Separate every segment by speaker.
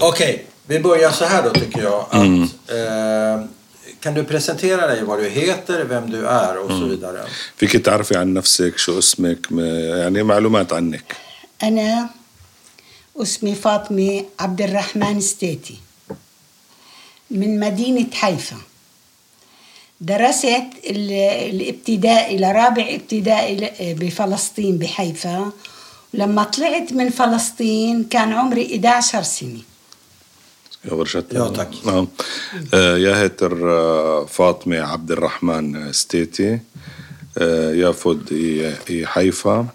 Speaker 1: Okej, vi börjar så här då tycker jag. Att, eh, kan du presentera dig, vad du heter, vem du är och så vidare?
Speaker 2: فيك تعرفي عن نفسك شو اسمك ما- يعني معلومات عنك
Speaker 3: أنا اسمي فاطمة عبد الرحمن ستيتي من مدينة حيفا درست ال- الابتدائي لرابع ابتدائي ل- بفلسطين بحيفا لما طلعت من فلسطين كان عمري 11 سنة
Speaker 2: يا ورشت
Speaker 1: يا تك.
Speaker 2: نعم آه، يا هاتر آه، فاطمة عبد الرحمن ستيتي آه، يا فود إي- إي حيفا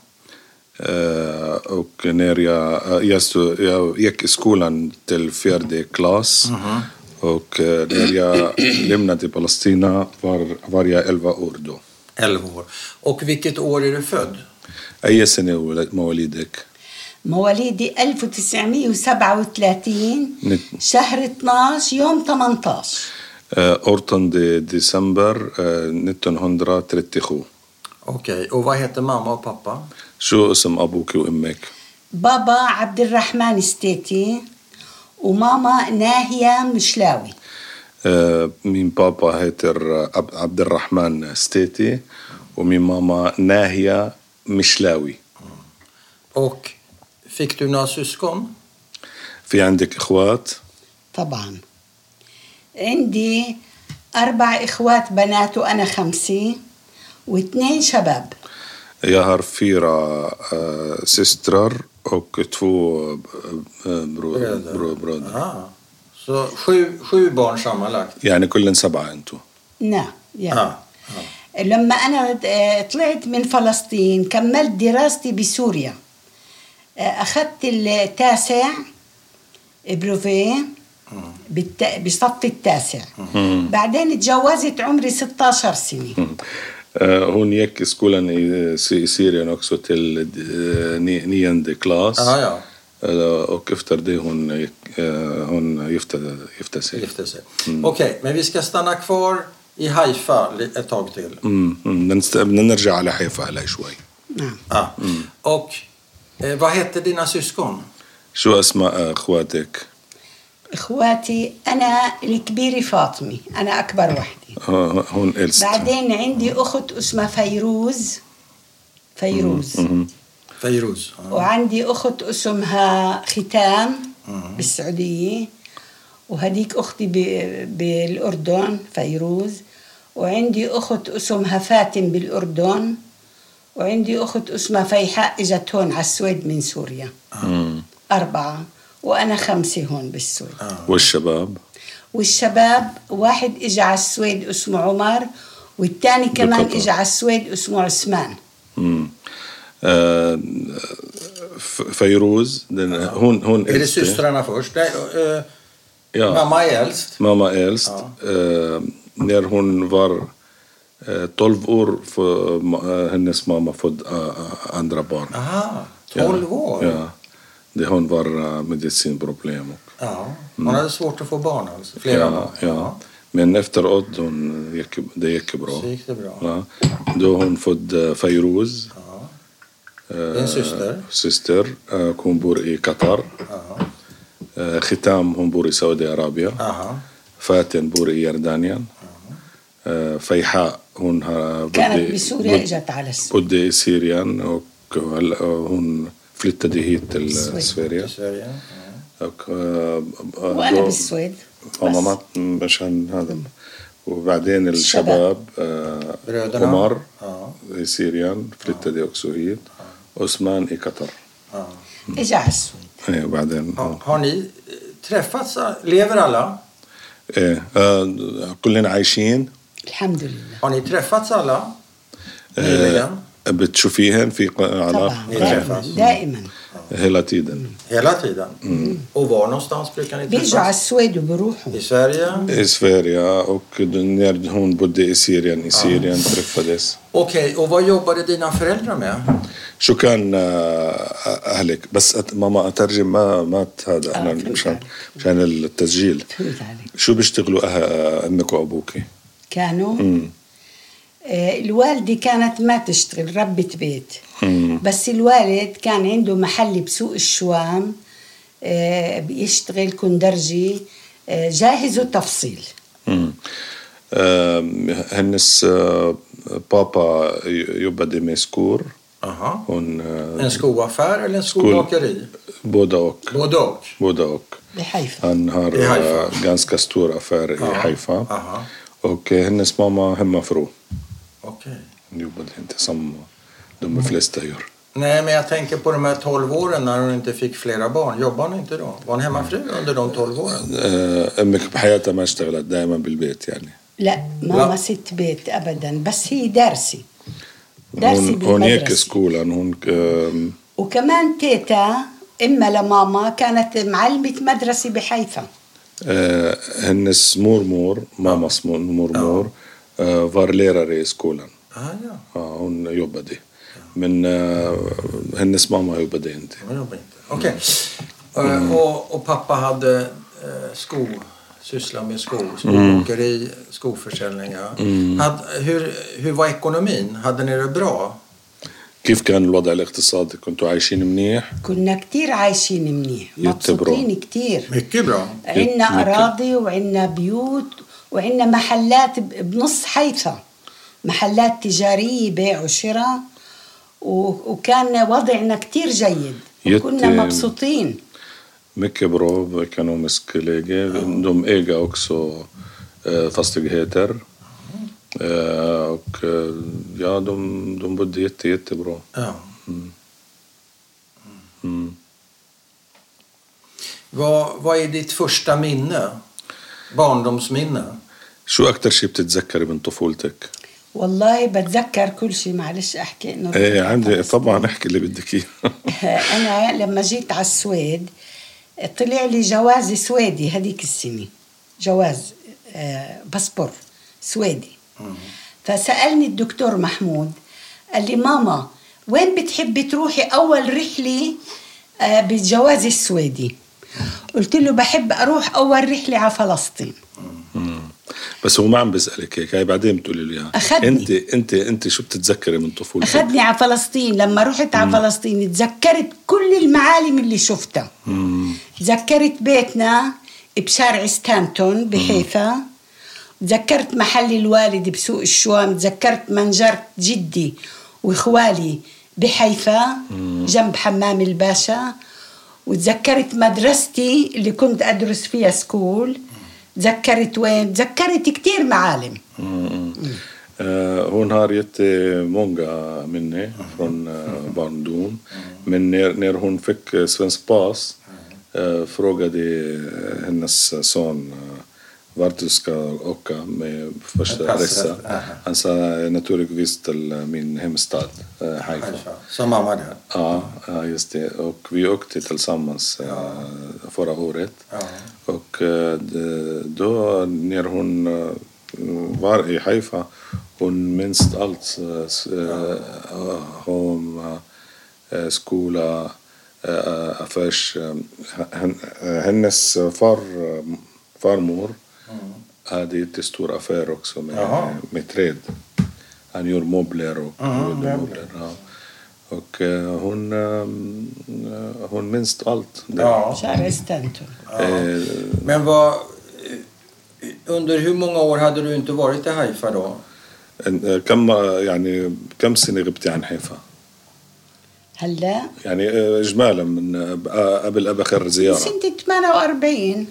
Speaker 2: آه، وكناريا آه، يا سو- يا- يك سكولان تل فيردي كلاس och eh, när jag lämnade Palestina var, var jag 11 år då.
Speaker 1: 11 år. Och vilket år är du född?
Speaker 2: أي سنة ولد- مواليدك؟
Speaker 3: مواليدي 1937
Speaker 2: نت-
Speaker 3: شهر 12 يوم 18
Speaker 2: Eh, 18 de- december eh, 1937.
Speaker 1: Okej, och vad heter mamma och pappa?
Speaker 2: شو اسم أبوك وأمك؟
Speaker 3: بابا عبد الرحمن ستيتي وماما ناهية مشلاوي
Speaker 2: آه، مين بابا هاتر آه، عب- عبد الرحمن ستيتي ومين ماما ناهية مشلاوي
Speaker 1: Och fick du några syskon?
Speaker 2: في عندك إخوات
Speaker 3: طبعا عندي أربع إخوات بنات وأنا خمسة واثنين شباب
Speaker 2: Jag har fyra eh, systrar och två eh, bro- bro- bröder.
Speaker 1: Ah. Så sju, sju barn sammanlagt?
Speaker 2: يعني كلن سبعة أنتوا
Speaker 3: نعم
Speaker 1: Ah.
Speaker 3: يعني لما أنا آه، طلعت من فلسطين كملت دراستي بسوريا آه، أخذت التاسع بروفيه بالت- بالصف التاسع بعدين اتجوزت عمري 16 سنة
Speaker 2: آه، هون يك سكولن ي- سي- يصير نوكسو تل آه، ني- نيان دي كلاس
Speaker 1: Ah, ja.
Speaker 2: آه، och efter det hon, gick, eh, hon gifte, gifte sig.
Speaker 1: Gifte sig. Okej, men vi ska stanna kvar i Haifa li- ett tag till.
Speaker 2: مم، مم، بدنا نست- بدنا نرجع على حيفا هلا شوي
Speaker 3: نعم
Speaker 1: Ah. Och eh, vad hette dina syskon?
Speaker 2: شو اسماء اخواتك؟
Speaker 3: اخواتي انا الكبيره فاطمه انا اكبر وحده
Speaker 2: ه- هون الست
Speaker 3: بعدين عندي اخت اسمها فيروز فيروز
Speaker 1: Fejruz. Ah.
Speaker 3: وعندي اخت اسمها ختام بالسعوديه وهديك اختي ب- بالاردن فيروز وعندي اخت اسمها فاتن بالاردن وعندي اخت اسمها فيحاء اجت هون على السويد من سوريا اربعه وانا خمسه هون بالسويد
Speaker 1: Ah.
Speaker 2: والشباب
Speaker 3: والشباب واحد اجى على السويد اسمه عمر والثاني كمان
Speaker 2: بقطر.
Speaker 3: اجى على السويد اسمه عثمان
Speaker 2: مم. آه، ف- فيروز دن- هون هون
Speaker 1: Är det
Speaker 2: الست.
Speaker 1: systrarna först? Nej, eh,
Speaker 2: Ja.
Speaker 1: Mamma är äldst.
Speaker 2: Mamma är äldst. Eh, när hon var eh, 12 år för, eh, hennes mamma födde eh, andra barn.
Speaker 1: Aha, 12 år?
Speaker 2: Ja. Det hon var eh, medicinproblem. Och,
Speaker 1: Ja, Hon hade svårt att få barn alltså? Flera barn?
Speaker 2: Mm. ja, ja. Men efteråt hon gick, det gick bra.
Speaker 1: Så gick det bra.
Speaker 2: Ja. Då hon eh, födde Fairuz,
Speaker 1: Ja.
Speaker 2: Eh,
Speaker 1: Det är en syster.
Speaker 2: syster. eh, Hon bor i Qatar.
Speaker 1: Ja.
Speaker 2: Eh, Khitam hon bor i Saudiarabien.
Speaker 1: Aha.
Speaker 2: فاتن بور يردانيان آه، فيحاء هون ها-
Speaker 3: كانت
Speaker 2: بدي-
Speaker 3: بسوريا
Speaker 2: بد-
Speaker 3: اجت على السويد
Speaker 2: بدي سيريان وك- هلا هون فلتة هيت
Speaker 1: I
Speaker 2: سوريا
Speaker 1: Sverige. Ja.
Speaker 2: eh,
Speaker 3: وانا بالسويد بس.
Speaker 2: امامات مشان هذا وبعدين الشباب آه،
Speaker 1: برادرنا.
Speaker 2: عمر
Speaker 1: Ja.
Speaker 2: سيريان فلتة دي اوكسوهيد عثمان اي قطر
Speaker 1: Ja.
Speaker 3: اجى على السويد
Speaker 2: ايه وبعدين
Speaker 3: آه.
Speaker 1: Ha- Har ni eh, träffats? Lever alla?
Speaker 2: ايه آه، كلنا عايشين
Speaker 3: الحمد لله
Speaker 1: Har ni träffats alla?
Speaker 2: Eh,
Speaker 1: Nyligen?
Speaker 2: بتشوفيهن في ق- علاقة
Speaker 3: طبعا
Speaker 1: يتعرفوا.
Speaker 3: دائما دائما
Speaker 2: هلا تيدن
Speaker 1: Hela tiden?
Speaker 2: mm.
Speaker 1: Och var någonstans brukar ni
Speaker 3: بيجوا على
Speaker 1: träffas?
Speaker 3: السويد وبروحوا
Speaker 1: I Sverige?
Speaker 2: Sverige och när hon bodde i
Speaker 3: آه.
Speaker 2: Syrien, i Syrien träffades.
Speaker 1: Okej, och vad jobbade dina föräldrar med?
Speaker 2: شو كان آه، اهلك بس أت- ماما اترجم ما مات
Speaker 3: آه،
Speaker 2: هذا انا
Speaker 3: فهمت
Speaker 2: مشان
Speaker 3: عليك.
Speaker 2: مشان التسجيل
Speaker 3: فهمت عليك
Speaker 2: شو بيشتغلوا أه- امك وابوك؟
Speaker 3: كانوا آه، الوالدة كانت ما تشتغل ربة بيت بس الوالد كان عنده محل بسوق الشوام آه، بيشتغل كندرجي آه، جاهز التفصيل
Speaker 2: مم. آم، hennes eh, pappa j- jobbade med skor.
Speaker 1: Aha.
Speaker 2: Hon, eh,
Speaker 1: En skoaffär eller en skobakeri?
Speaker 2: båda och.
Speaker 1: Både och.
Speaker 2: Båda och.
Speaker 3: بحيفا
Speaker 2: Han har
Speaker 1: I Haifa.
Speaker 2: eh, ganska stor affär i Haifa.
Speaker 1: Aha.
Speaker 2: Och eh, hennes mamma hemmafru.
Speaker 1: Okej.
Speaker 2: Hon jobbade inte som de flesta gör.
Speaker 1: Nej, men jag tänker på de här 12 åren när hon inte fick flera barn. Jobbade hon inte då? Var hon hemmafru under de 12 åren?
Speaker 2: آه، امك بحياتها ما اشتغلت دائما بالبيت يعني
Speaker 3: لا ماما
Speaker 1: لا.
Speaker 3: ست بيت ابدا بس هي دارسه دارسه
Speaker 2: هون هون هيك
Speaker 3: بالمدرسه
Speaker 2: سكولا هون آم،
Speaker 3: وكمان تيتا اما لماما كانت معلمه مدرسه بحيفا
Speaker 2: آه، hennes mormor, mammas mor- mormor, eh, var lärare i skolan.
Speaker 1: Ah, ja,
Speaker 2: Ja, hon jobbade. Men eh, hennes mamma jobbade inte.
Speaker 1: hon jobbade inte. Okej. Eh, Och, och pappa hade eh, sko, syssla med skor, skobakeri, skoförsäljningar. Hade, hur, hur var ekonomin? Hade ni det bra?
Speaker 2: كيف كان الوضع الاقتصادي؟ كنتوا عايشين منيح؟
Speaker 3: كنا كتير عايشين منيح
Speaker 2: يتبرع.
Speaker 3: مبسوطين كتير
Speaker 1: Mycket bra.
Speaker 3: عنا
Speaker 2: يتمكن.
Speaker 3: أراضي وعنا بيوت وعنا محلات ب- بنص حيفا محلات تجارية بيع وشراء و- وكان وضعنا كتير جيد
Speaker 2: يت-
Speaker 3: كنا مبسوطين
Speaker 2: Mycket bra ekonomisk läge. De äger också eh, fastigheter. Eh, Och eh, ja, de, de bodde jätte, jättebra.
Speaker 1: Ja. Mm. Vad, vad är ditt första minne? Barndomsminne?
Speaker 2: شو أكتر شي بتتذكري من طفولتك؟
Speaker 3: والله بتذكر كل شيء معلش أحكي إنه
Speaker 2: ايه عندي طبعا احكي اللي بدك اياه
Speaker 3: آه، أنا لما جيت على السويد طلع لي جواز سويدي هذيك السنة جواز آه، باسبور سويدي فسألني الدكتور محمود قال لي ماما وين بتحبي تروحي أول رحلة آه، بالجواز السويدي قلت له بحب أروح أول رحلة على فلسطين
Speaker 2: بس هو ما عم بيسالك هيك هاي بعدين بتقولي لي اياها
Speaker 3: أخذني.
Speaker 2: انت انت انت شو بتتذكري من طفولتك؟
Speaker 3: أخذني على فلسطين لما رحت على فلسطين تذكرت كل المعالم اللي شفتها تذكرت بيتنا بشارع ستانتون بحيفا تذكرت محل الوالد بسوق الشوام تذكرت منجرة جدي وإخوالي بحيفا جنب حمام الباشا وتذكرت مدرستي اللي كنت أدرس فيها سكول تذكرت وين تذكرت كتير معالم
Speaker 2: آه هو نهار جت många minne från eh, barndom. Men när, när hon fick eh, svensk pass eh, frågade eh, hennes son eh, vart du ska åka med första
Speaker 1: Passet,
Speaker 2: resan.
Speaker 1: aha.
Speaker 2: Han sa naturligtvis till eh, min hemstad eh, Haifa.
Speaker 1: Alltså, Som mamma där.
Speaker 2: Ja, ja, just det. Och vi åkte tillsammans ja. förra året.
Speaker 1: Ja.
Speaker 2: Och eh, d- då när hon eh, var i Haifa, hon minns allt. eh, s- eh, Om eh, skola, eh, affärs... eh, hen- eh, Hennes far, farmor hade jättestor affär också med,
Speaker 1: Mm. Jaha.
Speaker 2: med träd. Han gör möbler och
Speaker 1: Aha,
Speaker 2: gjorde
Speaker 1: möbler.
Speaker 2: möbler. Ja. Och eh, hon, eh, hon minns allt. där.
Speaker 1: Ja.
Speaker 3: شارع ستانتون
Speaker 2: Eh,
Speaker 1: Men vad... Under hur många år hade du inte varit i Haifa då?
Speaker 2: eh, كم يعني كم سنة غبتي عن حيفا؟
Speaker 3: هلا
Speaker 2: يعني آه، إجمالا من آه، قبل أب آخر زيارة
Speaker 3: سنة 48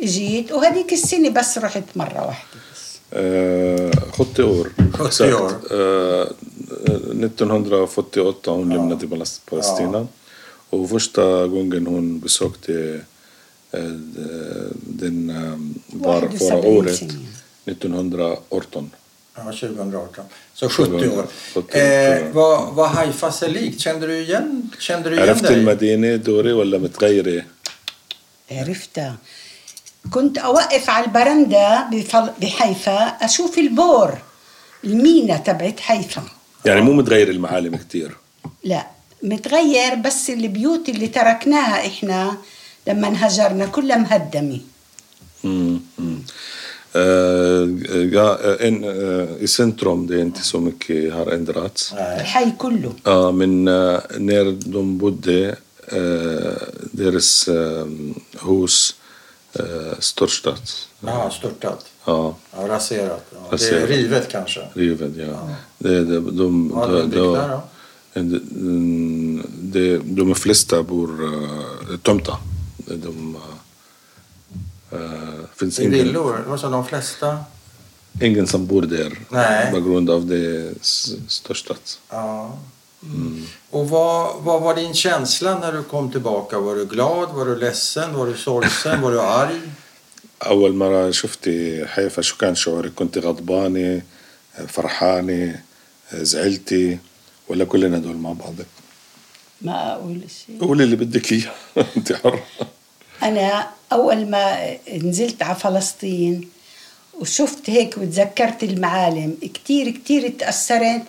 Speaker 3: اجيت وهذيك السنة بس رحت مرة واحدة بس
Speaker 2: آه، 70 år.
Speaker 1: 70
Speaker 2: Exakt.
Speaker 1: år.
Speaker 2: Eh, 1948 hon lämnade Palas- Palestina. Och första gången hon besökte eh, den eh, var
Speaker 3: 71
Speaker 2: förra året
Speaker 3: senior.
Speaker 2: 1918.
Speaker 1: Ja, 2018. Så 70 år.
Speaker 2: 70 år.
Speaker 1: Eh, vad, vad Haifa sig likt? Kände du igen, kände du igen
Speaker 2: عرفت
Speaker 1: dig?
Speaker 2: المدينة دوري ولا متغيرة؟
Speaker 3: عرفتها كنت أوقف على البرندة بفل... بحيفا أشوف البور المينا تبعت حيفا
Speaker 2: يعني مو متغير المعالم كتير
Speaker 3: لا متغير بس البيوت اللي تركناها إحنا لما انهجرنا كلها مهدمة
Speaker 2: Mm, mm. Eh, ja, eh, en, eh, I centrum det är inte så mycket har ändrats.
Speaker 1: Nej.
Speaker 3: الحي كله
Speaker 2: Ja, men eh, när de bodde eh, deras eh, hus eh, störtat.
Speaker 1: Jaha, störtat.
Speaker 2: Ja,
Speaker 1: Ja, raserat. Ja,
Speaker 2: Raserat.
Speaker 1: Det är rivet kanske.
Speaker 2: rivet. Ja. Det, det, de,
Speaker 1: Vad hade de byggt där då?
Speaker 2: de, de, de, de flesta bor eh, tomta. De, eh, eh, finns
Speaker 1: I
Speaker 2: ingen,
Speaker 1: villor? Vad sa de flesta?
Speaker 2: ingen som bor där
Speaker 1: Nej.
Speaker 2: på grund av det s- störtat.
Speaker 1: Ja. Och vad, vad var din känsla när du kom tillbaka? Var du glad? Var du ledsen? Var du sorgsen? Var du arg?
Speaker 2: أول مرة شفتي حيفا شو كان شعورك كنت غضبانة فرحانة زعلتي ولا كلنا دول مع بعض
Speaker 3: ما أقول شيء
Speaker 2: قولي اللي بدك إياه أنت حرة
Speaker 3: أنا أول ما نزلت على فلسطين وشفت هيك وتذكرت المعالم كتير كتير تأثرت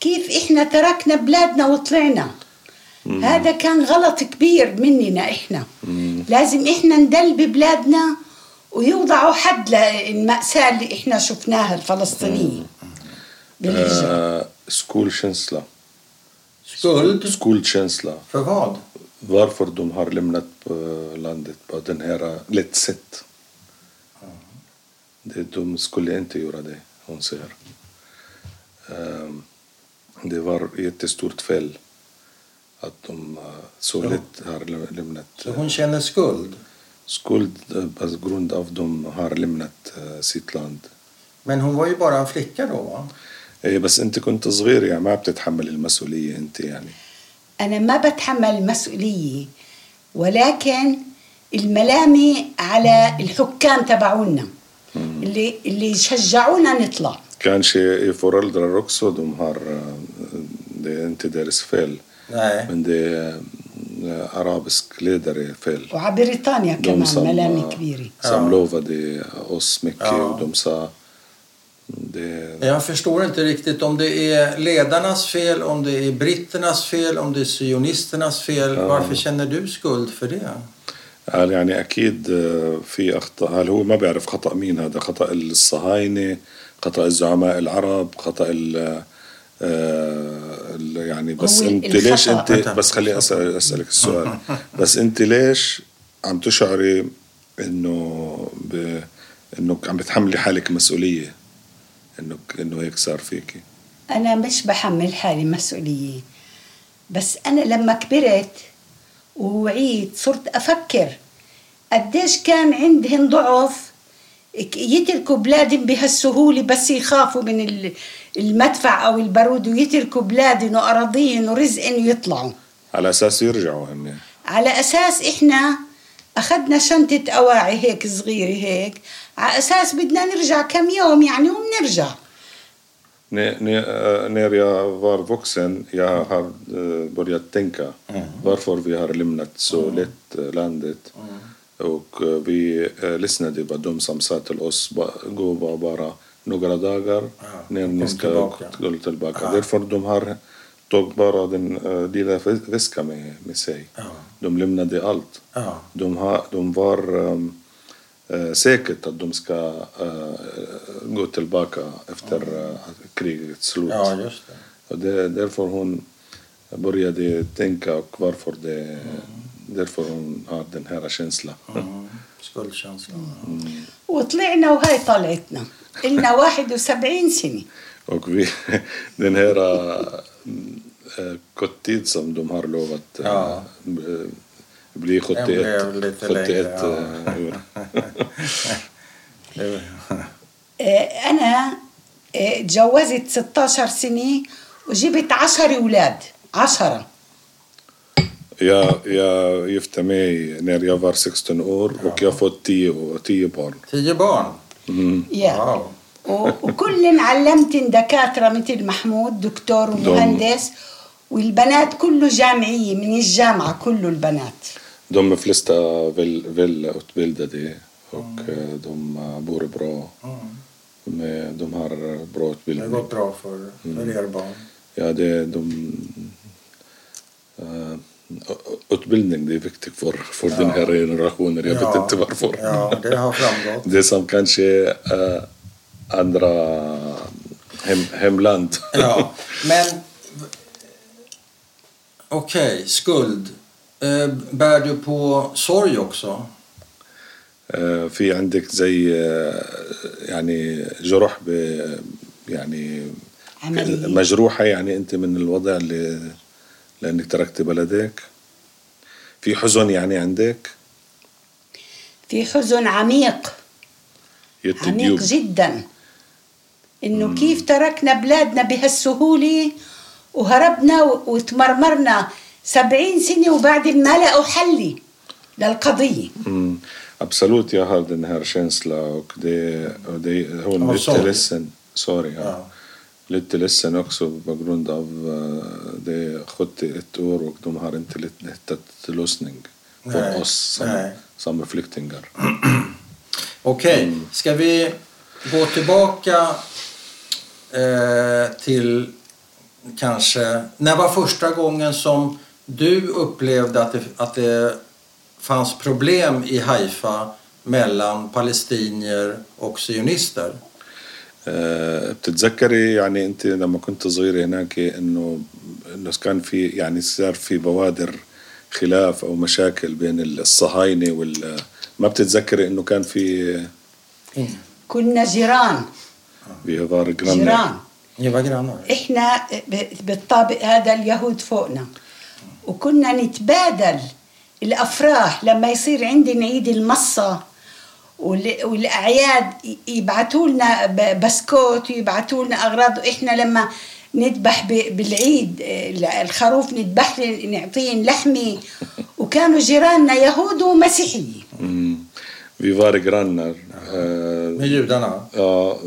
Speaker 3: كيف إحنا تركنا بلادنا وطلعنا هذا كان غلط كبير مننا إحنا لازم إحنا ندل ببلادنا ويوضعوا حد للمأساة اللي إحنا شفناها الفلسطينية بالهجرة
Speaker 2: آه، Skolkänsla.
Speaker 1: Skuld?
Speaker 2: Skolkänsla.
Speaker 1: För vad?
Speaker 2: Varför de har lämnat eh, landet på den här eh, lätt sätt. Det, de skulle inte göra det, hon säger. Ehm, Det var jättestort fel att de eh, så lätt har lä- lämnat
Speaker 1: Så hon känner skuld.
Speaker 2: skuld eh, på grund av de har lämnat eh, sitt land.
Speaker 1: Men hon var ju bara en flicka då va?
Speaker 2: Eh, بس انت كنت صغير يعني ما بتتحمل المسؤولية انت يعني
Speaker 3: أنا ما بتحمل مسؤولية ولكن الملامة على الحكام تبعونا اللي اللي شجعونا نطلع
Speaker 2: Kanske är föräldrar också, de har, eh, det är inte deras fel.
Speaker 1: Nej.
Speaker 2: Men det är eh, arabisk ledare är fel.
Speaker 3: وعلى بريطانيا
Speaker 2: De
Speaker 3: كمان
Speaker 2: som,
Speaker 3: ملامة
Speaker 2: eh,
Speaker 3: كبيرة
Speaker 2: som
Speaker 1: Ja.
Speaker 2: lovade oss mycket
Speaker 1: Ja.
Speaker 2: och de sa... "Mm, Det,
Speaker 1: Jag förstår inte riktigt om det är ledarnas fel, om det är britternas fel, om det är sionisternas fel. Varför känner du skuld för det?
Speaker 2: قال يعني أكيد آه، في أخطاء قال هو ما بيعرف خطأ مين هذا خطأ الصهاينة خطأ الزعماء العرب خطأ ال آه، ال- يعني بس
Speaker 3: هو
Speaker 2: انت
Speaker 3: الخطأ.
Speaker 2: ليش انت
Speaker 1: خطأ.
Speaker 2: بس خليني اسال اسالك السؤال بس انت ليش عم تشعري انه ب... انك عم بتحملي حالك مسؤوليه انك انه هيك صار فيكي
Speaker 3: أنا مش بحمل حالي مسؤولية بس أنا لما كبرت ووعيت صرت أفكر قديش كان عندهن ضعف ك- يتركوا بلادهم بهالسهولة بس يخافوا من ال- المدفع أو البارود ويتركوا بلادهم وأراضيهم ورزقهم ويطلعوا
Speaker 2: على اساس يرجعوا هم
Speaker 3: على أساس إحنا أخذنا شنطة أواعي هيك صغيرة هيك على أساس بدنا نرجع كم يوم يعني وبنرجع
Speaker 2: Ne- ne- eh, När jag var vuxen jag har eh, börjat tänka
Speaker 1: Mm.
Speaker 2: varför vi har lämnat så lätt eh, landet.
Speaker 1: Mm.
Speaker 2: Och eh, vi eh, lyssnade på de som sa till oss ba- gå bara- bara några dagar när ni
Speaker 1: kom
Speaker 2: ska
Speaker 1: tillbaka."
Speaker 2: gå tillbaka. Därför de har tog bara den eh, lilla fis- väskan med, med sig.
Speaker 1: Ja.
Speaker 2: De lämnade allt.
Speaker 1: Ja.
Speaker 2: De, har, de var um, eh, säkert att de ska eh, gå tillbaka efter eh, att krigets slut.
Speaker 1: Ja, just det.
Speaker 2: Och det, därför hon började tänka och varför det, därför hon har den här känslan.
Speaker 1: Mm. Skuldkänslan.
Speaker 3: وطلعنا وهاي طلعتنا إلنا 71 سنة
Speaker 2: Och vi, den här äh, kort tid som de har lovat eh,
Speaker 1: Ja.
Speaker 2: b- blir
Speaker 1: Den
Speaker 2: 71,
Speaker 1: blev lite längre, ja.
Speaker 2: eh, år.
Speaker 1: Det-
Speaker 3: آه، أنا آه، اتجوزت 16 سنة وجبت 10 أولاد 10
Speaker 2: Jag, jag gifte mig när jag var 16 år och jag fått 10, 10 barn.
Speaker 1: Tio barn.
Speaker 3: يا
Speaker 1: Wow.
Speaker 3: و- وكلن علمتن دكاترة مثل محمود دكتور ومهندس والبنات كله جامعية من الجامعة كله البنات
Speaker 2: De flesta väl, välutbildade och
Speaker 1: Mm.
Speaker 2: eh, de eh, bor bra. Med, de har eh,
Speaker 1: Det
Speaker 2: bra
Speaker 1: har
Speaker 2: utbildning.
Speaker 1: gått bra för, för er barn.
Speaker 2: Ja, det, de, eh, utbildning det är viktigt för, för den här generationen. Jag vet inte varför.
Speaker 1: Ja, det har framgått.
Speaker 2: Det som kanske eh, andra hem, hemland.
Speaker 1: Ja, men... Okej, skuld. Eh, Bär du på sorg också?
Speaker 2: آه، في عندك زي آه، يعني جرح ب- يعني
Speaker 3: عملية.
Speaker 2: مجروحة يعني أنت من الوضع اللي لأنك تركت بلدك في حزن يعني عندك
Speaker 3: في حزن عميق عميق
Speaker 2: يتديوب
Speaker 3: جدا انه كيف تركنا بلادنا بهالسهوله وهربنا و- وتمرمرنا سبعين سنه وبعدين ما لقوا حل للقضيه
Speaker 2: Absolut, jag har den här känslan och det, och det, hon
Speaker 1: Ja,
Speaker 2: blev
Speaker 1: sorry.
Speaker 2: lite ledsen. Sorry, ja.
Speaker 1: Ja.
Speaker 2: Lite ledsen också på grund av eh, det är 71 år och de har inte lit- hittat lösning för
Speaker 1: Nej,
Speaker 2: oss som,
Speaker 1: nej.
Speaker 2: som är flyktingar.
Speaker 1: Okej, ska vi gå tillbaka eh, till kanske... När var första gången som du upplevde att det, att det fanns problem i Haifa mellan palestinier och sionister?
Speaker 2: آه، بتتذكري يعني انت لما كنت صغيره هناك انه انه كان في يعني صار في بوادر خلاف او مشاكل بين الصهاينه وال ما بتتذكري انه كان في
Speaker 1: Mm.
Speaker 3: كنا جيران
Speaker 2: في هذار جراند
Speaker 3: جيران
Speaker 1: Ni var grannar?
Speaker 3: احنا ب- بالطابق هذا اليهود فوقنا وكنا نتبادل الافراح لما يصير عندنا عيد المصه وال- والاعياد ي- يبعثوا لنا ب- بسكوت ويبعثوا لنا اغراض واحنا لما نذبح ب- بالعيد آه، ال- الخروف نذبح له- نعطيهم لحمه وكانوا جيراننا يهود ومسيحيين
Speaker 2: Mm. فيفار جرانر آه
Speaker 3: Uh,
Speaker 1: Med judarna?
Speaker 2: آه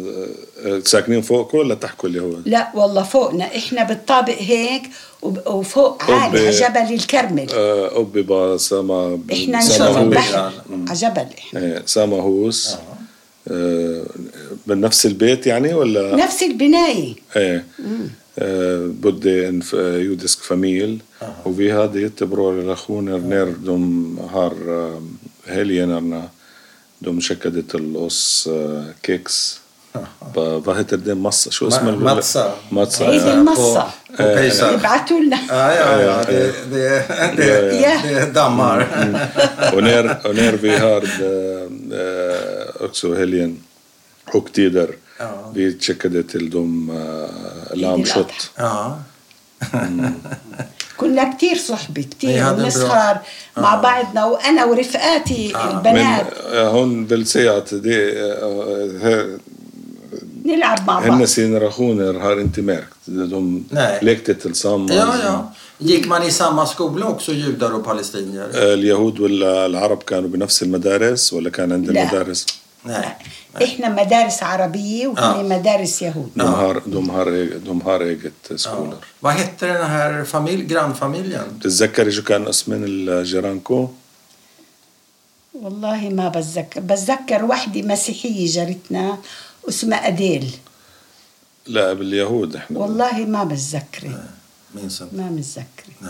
Speaker 2: آه، ساكنين فوقكم ولا تحكوا اللي هو
Speaker 3: لا والله فوقنا احنا بالطابق هيك وب- وفوق
Speaker 2: طب،
Speaker 3: عالي على
Speaker 2: آه،
Speaker 3: جبل الكرمل
Speaker 2: آه أبي با سما
Speaker 3: احنا
Speaker 1: سما
Speaker 3: نشوف
Speaker 1: هوس.
Speaker 3: البحر على جبل احنا
Speaker 2: إيه، سما هوس آه بنفس البيت يعني ولا
Speaker 3: نفس البنايه
Speaker 2: ايه آه، بدي ان ف- eh, judisk familj och vi hade jättebra relationer när de här äh, helgerna de skickade till oss äh, kex. Va- Vad heter det? Massa? Sjå,
Speaker 1: Ma-
Speaker 2: smäll-
Speaker 1: matza.
Speaker 2: Matza,
Speaker 3: عيد
Speaker 2: ja.
Speaker 3: المصة.
Speaker 1: På, på Pesach.
Speaker 3: يبعثوا لنا
Speaker 1: Ja, ja, ja.
Speaker 2: Ja,
Speaker 1: Det, det, det,
Speaker 3: ja.
Speaker 1: det dammar.
Speaker 2: och, när, och när vi hade äh, också helgen och tider
Speaker 1: Ja.
Speaker 2: vi checkade till dem äh, lammkött.
Speaker 1: Ja.
Speaker 3: كنا كتير صحبة
Speaker 1: إيه،
Speaker 3: كتير
Speaker 1: هذا
Speaker 3: ونسهر مع بعضنا وأنا ورفقاتي البنات
Speaker 2: Men äh, hon vill säga att det, äh, här,
Speaker 3: نلعب مع بعض
Speaker 2: Hennes generationer har inte märkt. De
Speaker 1: Nej.
Speaker 2: lekte tillsammans.
Speaker 1: ja, ja. Gick man i samma skola också, judar och palestinier?
Speaker 2: اليهود والعرب كانوا بنفس المدارس ولا كان عندنا
Speaker 3: لا. آه.
Speaker 2: مدارس؟
Speaker 1: Nej.
Speaker 3: إحنا مدارس عربية وهن مدارس يهود
Speaker 2: De har, de har, de har eget skolor.
Speaker 3: آه.
Speaker 1: Vad hette den här familj, grannfamiljen?
Speaker 2: بتتذكري شو كان اسم من جيرانكو؟
Speaker 3: والله ما بتذكر بتذكر وحدة مسيحية جارتنا اسمها أديل
Speaker 2: لا باليهود احنا
Speaker 3: والله ما بتذكر
Speaker 1: Minns inte.
Speaker 3: ما متذكرة
Speaker 1: Nej,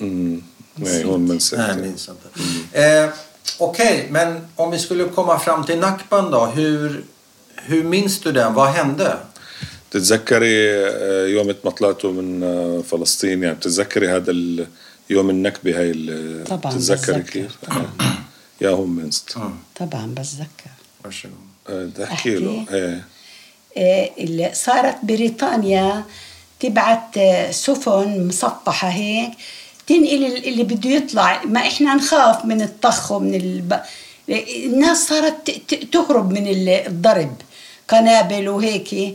Speaker 2: امم اي هون من
Speaker 1: Nej
Speaker 3: آه.
Speaker 2: سكتي.
Speaker 1: minns inte. Eh, Okej, men om vi skulle komma fram till Nakban då. Hur, hur minns du den? Vad hände?
Speaker 2: بتتذكري آه، يوم ما طلعتوا من آه، فلسطين يعني بتتذكري هذا ال- يوم النكبه هاي ال-
Speaker 3: طبعاً آه.
Speaker 2: بتتذكري
Speaker 3: بتذكر.
Speaker 2: كيف؟ آه. يا هم منست
Speaker 3: طبعا بتذكر
Speaker 1: Varsågod.
Speaker 2: تحكي له
Speaker 3: أحكي؟
Speaker 2: ايه
Speaker 3: آه، اللي صارت بريطانيا تبعت آه، سفن مصفحة هيك تنقل ال- اللي بده يطلع ما احنا نخاف من الطخ ومن الب... الناس صارت ت- ت- تهرب من ال- الضرب قنابل وهيك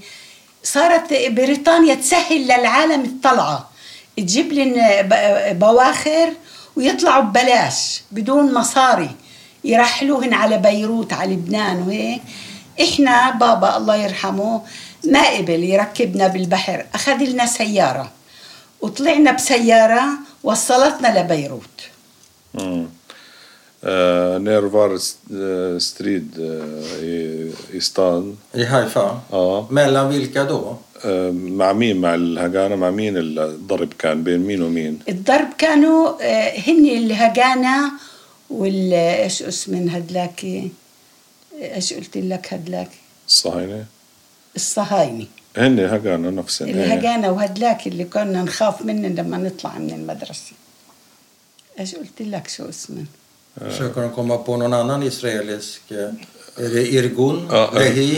Speaker 3: صارت بريطانيا تسهل للعالم الطلعة تجيب لنا ب- بواخر ويطلعوا ببلاش بدون مصاري يرحلوهن على بيروت على لبنان وهيك احنا بابا الله يرحمه ما قبل يركبنا بالبحر اخذ لنا سياره وطلعنا بسياره وصلتنا لبيروت
Speaker 2: Mm. Eh, när var eh, strid eh, i, i stan?
Speaker 1: I Haifa?
Speaker 2: Ja.
Speaker 1: Mellan vilka då?
Speaker 2: Eh, مع مين مع الهجانة مع مين الضرب كان بين مين ومين؟
Speaker 3: الضرب كانوا آه، هن الهجانة وال ايش اسم هدلاك ايش قلت لك هدلاك
Speaker 2: الصهاينة؟
Speaker 3: الصهاينة
Speaker 2: هن هجانة نفسهم إيه.
Speaker 3: الهجانة وهدلاك اللي كنا نخاف منهم لما نطلع من المدرسة ايش قلت لك شو اسمه
Speaker 2: Eh.
Speaker 1: Försöker de komma på någon annan israelisk? eh, Är det Irgun?
Speaker 2: Ja, ja.
Speaker 1: Lehi?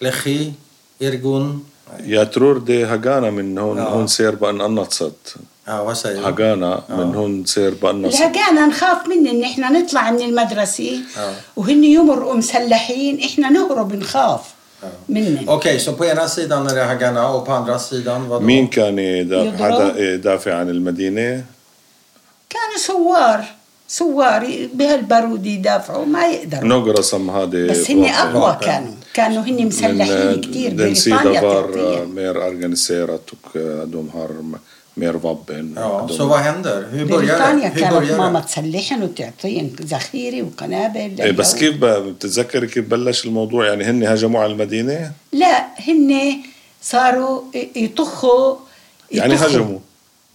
Speaker 1: Lehi? Irgun?
Speaker 2: Jag tror det är Hagana, men hon,
Speaker 1: Ja.
Speaker 2: hon ser på en annat sätt.
Speaker 1: Ja, vad säger du?
Speaker 2: Hagana, men hon ser på annat sätt.
Speaker 3: الهجانة نخاف منه ان احنا نطلع من المدرسة
Speaker 1: آه.
Speaker 3: وهن يمرقوا مسلحين احنا نهرب نخاف
Speaker 2: آه.
Speaker 3: منه
Speaker 1: Okej, så på ena sidan är det Haganah och på andra sidan vad då?
Speaker 2: مين كان يدا-
Speaker 3: يضرب؟
Speaker 2: حدا يدافع عن المدينة؟
Speaker 3: كانوا سوار سوار بهالبارود يدافعوا ما يقدروا
Speaker 2: نقرصم هذه
Speaker 3: بس هن اقوى
Speaker 1: واقع.
Speaker 3: كانوا كانوا هن مسلحين كثير
Speaker 2: Den
Speaker 3: بريطانيا
Speaker 2: sida var eh,
Speaker 3: التحتية
Speaker 2: mer organiserat och eh, de har m- mer vapen.
Speaker 1: Ja,
Speaker 2: de,
Speaker 1: så vad händer? Hur börjar det?
Speaker 3: بريطانيا
Speaker 1: Hur
Speaker 3: كانت
Speaker 1: börjar
Speaker 3: ماما
Speaker 1: det?
Speaker 3: تسلحن وتعطيهم ذخيرة وقنابل
Speaker 2: إيه، بس
Speaker 3: للجو.
Speaker 2: كيف ب- بتتذكري كيف بلش الموضوع يعني هن هجموا على المدينة؟
Speaker 3: لا هن صاروا ي- يطخوا
Speaker 2: يعني
Speaker 3: يطخوا.
Speaker 2: هجموا.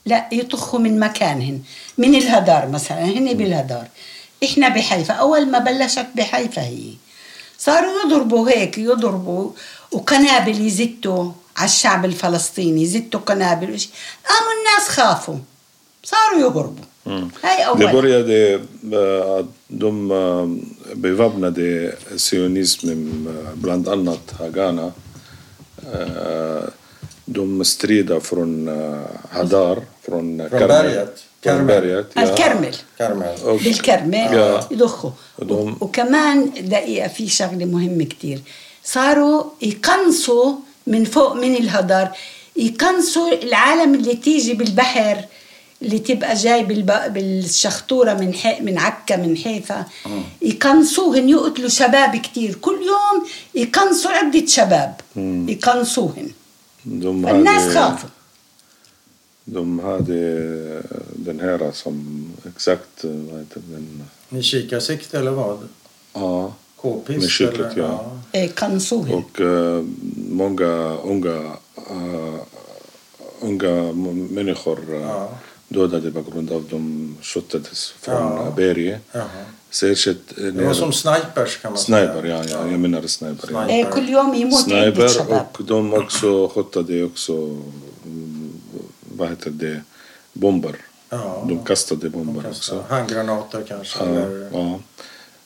Speaker 3: لا يطخوا من مكانهن من الهدار مثلا هن بالهدار احنا بحيفا اول ما بلشت بحيفا هي صاروا يضربوا هيك يضربوا وقنابل يزتوا على الشعب الفلسطيني يزتوا قنابل وشي قاموا الناس خافوا صاروا يهربوا هاي
Speaker 2: Det
Speaker 3: اول
Speaker 2: började eh, att de eh, beväpnade sionismen eh, bland annat Hagana. Eh, De strider från eh, Hadar, från,
Speaker 1: Från
Speaker 2: Karmel.
Speaker 1: berget.
Speaker 2: Från
Speaker 1: Karmel.
Speaker 2: berget ja.
Speaker 3: الكرمل
Speaker 1: Carmen.
Speaker 2: Och-
Speaker 3: بالكرمال
Speaker 2: Ja.
Speaker 3: يضخوا
Speaker 2: دوم.
Speaker 3: وكمان دقيقة في شغلة مهمة كتير صاروا يقنصوا من فوق من الهدر يقنصوا العالم اللي تيجي بالبحر اللي تبقى جاي بالب... بالشخطورة من حي... من عكا من حيفا يقنصوهن يقتلوا شباب كتير كل يوم يقنصوا عدة شباب يقنصوهن
Speaker 2: De
Speaker 3: الناس
Speaker 2: hade,
Speaker 3: خافوا
Speaker 2: de hade eh, den här som exakt, eh, vad heter den?
Speaker 1: Med kikarsikte eller vad?
Speaker 2: Ja.
Speaker 1: K-pist?
Speaker 2: Med kiket,
Speaker 1: eller?
Speaker 2: ja.
Speaker 3: إيه، يقنصوهن
Speaker 2: Och eh, många unga, eh, unga människor eh,
Speaker 1: Ja.
Speaker 2: dödade på grund av de skottades från
Speaker 1: Ja.
Speaker 2: ja. berget.
Speaker 1: Jaha.
Speaker 2: Särskilt eh,
Speaker 1: Det var
Speaker 2: nere-
Speaker 1: som snipers kan man
Speaker 2: sniper,
Speaker 1: säga.
Speaker 2: ja, ja, jag menar sniper.
Speaker 1: Sniper.
Speaker 2: Ja.
Speaker 3: إيه، كل يوم يموت عدة
Speaker 2: Sniper
Speaker 3: شباب
Speaker 2: och de också skottade också, mm, vad heter det, bomber.
Speaker 1: Ja.
Speaker 2: De kastade bomber också.
Speaker 1: Handgranater kanske?
Speaker 2: Ja,
Speaker 1: Eller...
Speaker 2: ja.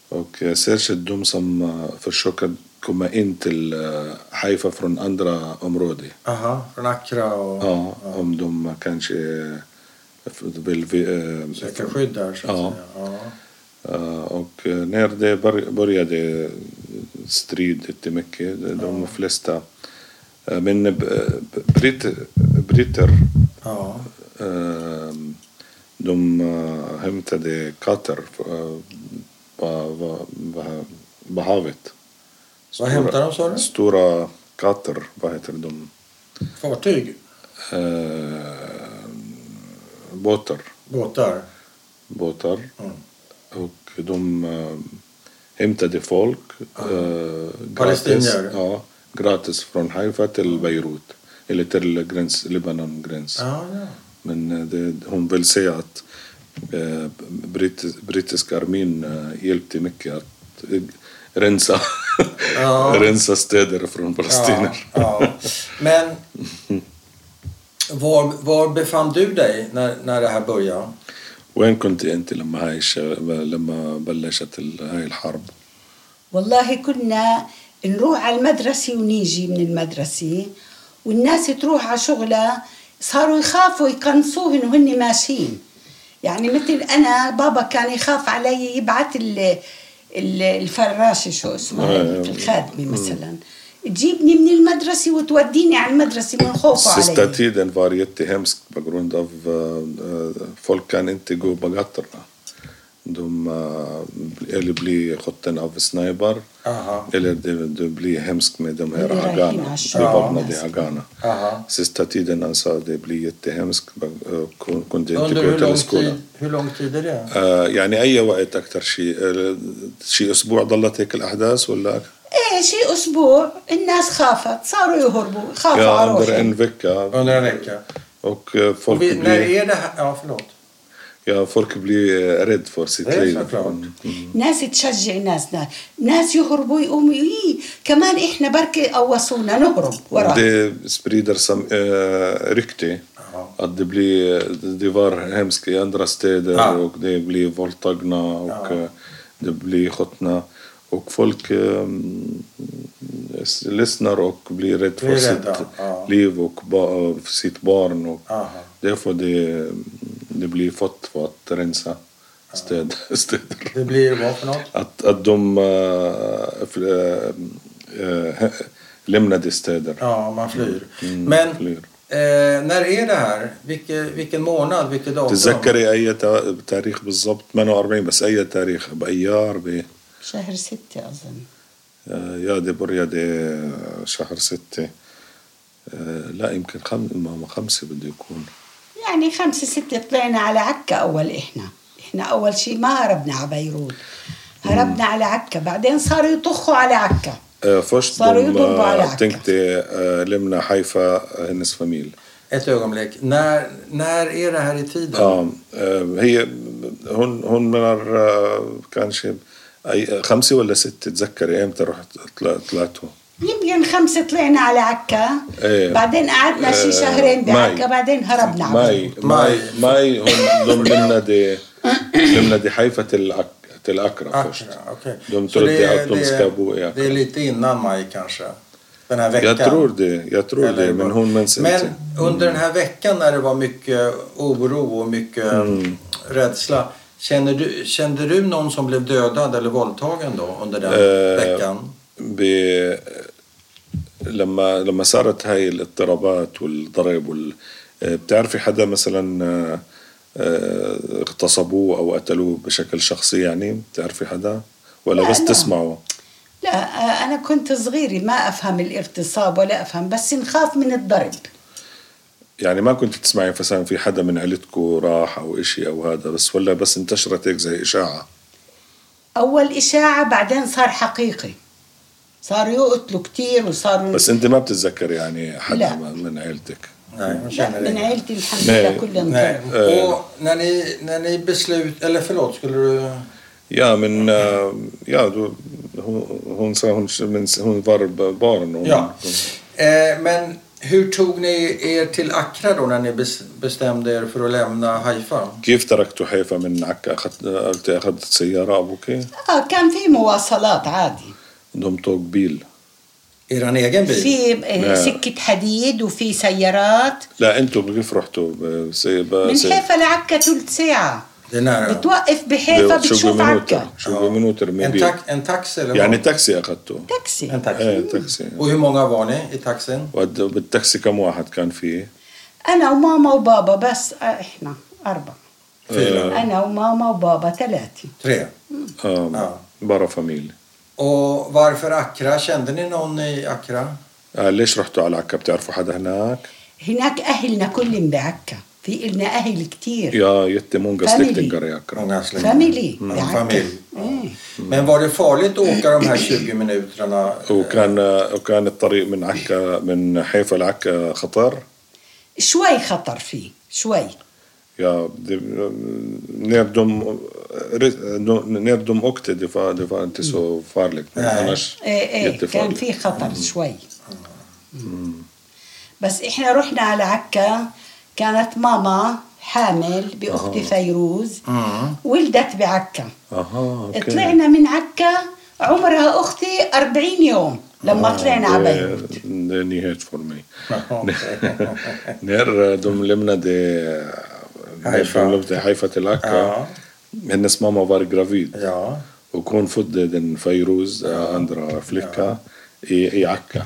Speaker 2: Och eh, särskilt de som eh, försöker komma in till eh, Haifa från andra områden.
Speaker 1: Aha, från Accra och...
Speaker 2: Ja, om de kanske eh, vill... vi- eh,
Speaker 1: Söker skydd där så att
Speaker 2: Ja.
Speaker 1: säga. Ja.
Speaker 2: eh, Och eh, när det bör- började strid jättemycket, de- de flesta... eh, Men eh, britt- britter,
Speaker 1: Ja.
Speaker 2: eh, de eh, hämtade katter eh, på- på- på- på havet.
Speaker 1: Vad hämtar de sa du?
Speaker 2: Stora katter, vad heter de?
Speaker 1: Fartyg?
Speaker 2: Eh, båtar.
Speaker 1: Båtar?
Speaker 2: båtar.
Speaker 1: Mm.
Speaker 2: Och de eh, hämtade folk. Eh, gratis,
Speaker 1: Palestinier.
Speaker 2: ja, gratis från Haifa till Beirut. Eller till gräns, Libanon gräns.
Speaker 1: Ja, ja.
Speaker 2: Men eh, det, hon vill säga att eh, britt, brittiska armén eh, hjälpte mycket att eh, rensa,
Speaker 1: Ja.
Speaker 2: rensa städer från
Speaker 1: ja,
Speaker 2: palestinier.
Speaker 1: ja. Men var, var befann du dig när, när det här började?
Speaker 2: وين كنت أنت لما هاي الش- لما بلشت ال- هاي الحرب؟
Speaker 3: والله كنا نروح على المدرسة ونيجي من المدرسة والناس تروح على شغلها صاروا يخافوا يقنصوهن وهن ماشيين يعني مثل أنا بابا كان يخاف علي يبعث ال- ال- الفراشة شو اسمها
Speaker 2: آه.
Speaker 3: في الخادمة مثلا تجيبني من المدرسة وتوديني على المدرسة من خوفه
Speaker 2: Sista
Speaker 3: علي
Speaker 2: tiden var jättehemskt på grund av eh, eh, folk kan inte gå på gatorna. De eh, eller blir skjuten av sniper
Speaker 1: Aha.
Speaker 2: eller det, det blir hemskt med de
Speaker 3: Men
Speaker 2: här
Speaker 3: det räknas
Speaker 2: agana,
Speaker 3: ju.
Speaker 2: beväpnade
Speaker 3: Ja.
Speaker 2: agana.
Speaker 1: Aha.
Speaker 2: Sista tiden han sa det blir jättehemskt, eh, kun- kunde inte
Speaker 1: Under
Speaker 2: gå
Speaker 1: hur lång,
Speaker 2: till skolan.
Speaker 1: tid, hur lång tid är det?
Speaker 2: آه، يعني أي وقت أكثر شيء آه، شيء أسبوع ضلت هيك الأحداث ولا أك-
Speaker 3: ايه شي اسبوع الناس خافت صاروا يهربوا
Speaker 1: Ah,
Speaker 3: خافوا
Speaker 2: يا
Speaker 3: على
Speaker 2: أندر إن
Speaker 3: روحهم
Speaker 2: فيكا
Speaker 1: Under en vecka?
Speaker 2: och eh, folk
Speaker 1: Vi, när
Speaker 2: blir...
Speaker 1: är det här? Ja, förlåt.
Speaker 2: Ja, folk blir eh, rädd för sitt
Speaker 1: Det är
Speaker 2: liv.
Speaker 1: såklart.
Speaker 2: Mm.
Speaker 3: ناس تشجع ناس ناس, ناس يهربوا يقوموا إيه كمان احنا بركة قوصونا نهرب ورا
Speaker 2: Det sprider som, eh, rykte
Speaker 1: Ja.
Speaker 2: Att det, blir, det var hemskt i andra städer
Speaker 1: Ja.
Speaker 2: och det blir våldtagna och eh, det blir skjutna. Och folk eh, s- lyssnar och blir rädd för
Speaker 1: Blir rädda,
Speaker 2: sitt
Speaker 1: ja.
Speaker 2: liv och ba- för sitt barn. Och
Speaker 1: Aha.
Speaker 2: därför det, det blir fått för att rensa städ, städer.
Speaker 1: Det blir vad för något?
Speaker 2: Att, att de eh, fl- eh, eh, lämnade städer.
Speaker 1: Ja, man flyr.
Speaker 2: Mm,
Speaker 1: Men
Speaker 2: flyr.
Speaker 1: Eh, när är det här? Vilke, vilken månad? Vilket datum?
Speaker 2: تتذكري اي تا- تاريخ بالضبط 48 بس اي تاريخ بايار ب
Speaker 3: شهر ستة أظن
Speaker 2: آه، يا دي بر يا دي آه، شهر ستة آه، لا يمكن خم... ماما خمسة بده يكون
Speaker 3: يعني خمسة ستة طلعنا على عكا أول إحنا إحنا أول شيء ما هربنا على بيروت هربنا على عكا بعدين صاروا يطخوا على عكا
Speaker 2: آه، فشت
Speaker 3: صاروا
Speaker 2: دم،
Speaker 3: يضربوا
Speaker 2: آه،
Speaker 3: على عكا.
Speaker 2: تنكتي آه، لمنا حيفا آه، نصف ميل
Speaker 1: Ett ögonblick. När, när är det här i tiden?
Speaker 2: آه. آه، هي هون هون من ال- آه، كان شيء أي خمسة ولا ستة تذكري امتى رحت طلع- طلعتوا
Speaker 3: يمكن خمسة طلعنا على عكا
Speaker 2: إيه.
Speaker 3: بعدين قعدنا شي
Speaker 2: آه،
Speaker 3: شهرين
Speaker 2: ماي.
Speaker 3: بعكا بعدين هربنا على
Speaker 2: ماي
Speaker 3: بيروت
Speaker 2: ماي ماي هم دم لمنا دي لمنا دي حيفا تل تل أكرا först.
Speaker 1: Akra, Ah, okej.
Speaker 2: De
Speaker 1: Så
Speaker 2: trodde
Speaker 1: det är-
Speaker 2: att de
Speaker 1: det är-
Speaker 2: ska bo i Akra.
Speaker 1: Det är lite innan maj kanske. Den här veckan.
Speaker 2: Jag tror det, jag tror
Speaker 1: Eller-
Speaker 2: det, men hon Mm. minns
Speaker 1: Men
Speaker 2: inte.
Speaker 1: under den här veckan när det var mycket oro och mycket
Speaker 2: Mm.
Speaker 1: rädsla. Känner du, kände du någon som blev dödad eller våldtagen då under den
Speaker 2: Eh,
Speaker 1: veckan?
Speaker 2: ب... لما لما صارت هاي الاضطرابات والضرب وال... آه، بتعرفي حدا مثلا آه، آه، اغتصبوه او قتلوه بشكل شخصي يعني بتعرفي حدا ولا
Speaker 3: لا،
Speaker 2: بس
Speaker 3: لا.
Speaker 2: تسمعوا
Speaker 3: لا آه، أنا كنت صغيرة ما أفهم الاغتصاب ولا أفهم بس نخاف من الضرب
Speaker 2: يعني ما كنت تسمعي مثلا في حدا من عيلتكم راح او إشي او هذا بس ولا بس انتشرت هيك زي اشاعه
Speaker 3: أول إشاعة بعدين صار حقيقي صاروا يقتلوا كتير وصاروا
Speaker 2: بس انت ما بتتذكر يعني حدا
Speaker 3: لا.
Speaker 2: من عيلتك
Speaker 1: Nej, jag
Speaker 3: لا
Speaker 2: يعني؟
Speaker 1: känner
Speaker 3: من
Speaker 1: det.
Speaker 3: عيلتي الحمد لله
Speaker 2: Nej.
Speaker 3: كلهم
Speaker 1: Nej.
Speaker 3: طلعوا
Speaker 2: Eh.
Speaker 1: Och när ni, när ni beslut... Eller förlåt, skulle du...
Speaker 2: Ja, men eh, ja, du, hon, hon sa hon, men hon var b- barn. Hon,
Speaker 1: Ja. Eh, men hur tog ni er till Accra då när ni bes- bestämde er för att lämna Haifa?
Speaker 2: كيف تركتوا حيفا من عكا؟ أخذت قلت أخذت سيارة أبوك
Speaker 3: آه كان في مواصلات عادي
Speaker 2: دمتوك بيل
Speaker 1: Er egen bil?
Speaker 3: في آه،
Speaker 2: لا.
Speaker 3: سكة حديد وفي سيارات
Speaker 2: لا أنتم كيف رحتوا؟ ب- سي- ب-
Speaker 3: من
Speaker 2: سي-
Speaker 3: حيفا لعكا ثلث ساعة
Speaker 1: Det är nära.
Speaker 3: بتوقف بحيفا
Speaker 2: ب- آه. شو
Speaker 3: بتشوف
Speaker 2: يعني. بمنوتر
Speaker 3: عكا
Speaker 2: شو بمنوتر من
Speaker 1: En,
Speaker 2: بيل
Speaker 1: tax, en taxi eller
Speaker 2: يعني
Speaker 1: vad?
Speaker 2: تاكسي أخذته
Speaker 3: تاكسي
Speaker 1: Eh, En taxi.
Speaker 2: إيه تاكسي
Speaker 1: Och hur många var ni i taxin?
Speaker 2: وقد- بالتاكسي كم واحد كان فيه؟
Speaker 3: أنا وماما وبابا بس آه، إحنا أربعة
Speaker 1: Fyra?
Speaker 3: أنا وماما وبابا ثلاثة
Speaker 1: Tre?
Speaker 2: آه.
Speaker 1: آه.
Speaker 2: برا فاميلي
Speaker 1: Och varför Accra? Kände ni någon i Accra?
Speaker 2: آه ليش رحتوا على عكا؟ بتعرفوا حدا هناك؟
Speaker 3: هناك أهلنا كلهم بعكا في إلنا أهل كتير
Speaker 2: يا يتي مونغا
Speaker 3: فاميلي.
Speaker 2: ستيكتنجر يا أكرم
Speaker 1: Många släktingar.
Speaker 3: فاميلي
Speaker 1: En
Speaker 3: بعكا
Speaker 1: familj. Men var det farligt att åka de här 20 minuterna?
Speaker 2: وكان وكان الطريق من عكا من حيفا لعكا خطر
Speaker 3: شوي خطر فيه شوي
Speaker 2: يا نردم نردم اوكت دفا دفا انت سو فارلك
Speaker 1: آه.
Speaker 2: اناش
Speaker 3: ايه ايه كان
Speaker 2: يتفارلك.
Speaker 3: في خطر شوي بس احنا رحنا على عكا كانت ماما حامل باختي فيروز
Speaker 1: Mm.
Speaker 3: ولدت بعكا
Speaker 2: اها اوكي
Speaker 3: طلعنا من عكا عمرها اختي 40 يوم لما طلعنا على بيروت
Speaker 2: آه، دي هيت فور مي نير دوم لمنا دي
Speaker 1: حيفا.
Speaker 2: حيفا حيفا
Speaker 1: آه.
Speaker 2: لعكا هن اسمها ما فار جرافيد
Speaker 1: Ja.
Speaker 2: وكون فد دن فيروز آه، اندرا فليكا اي اي عكا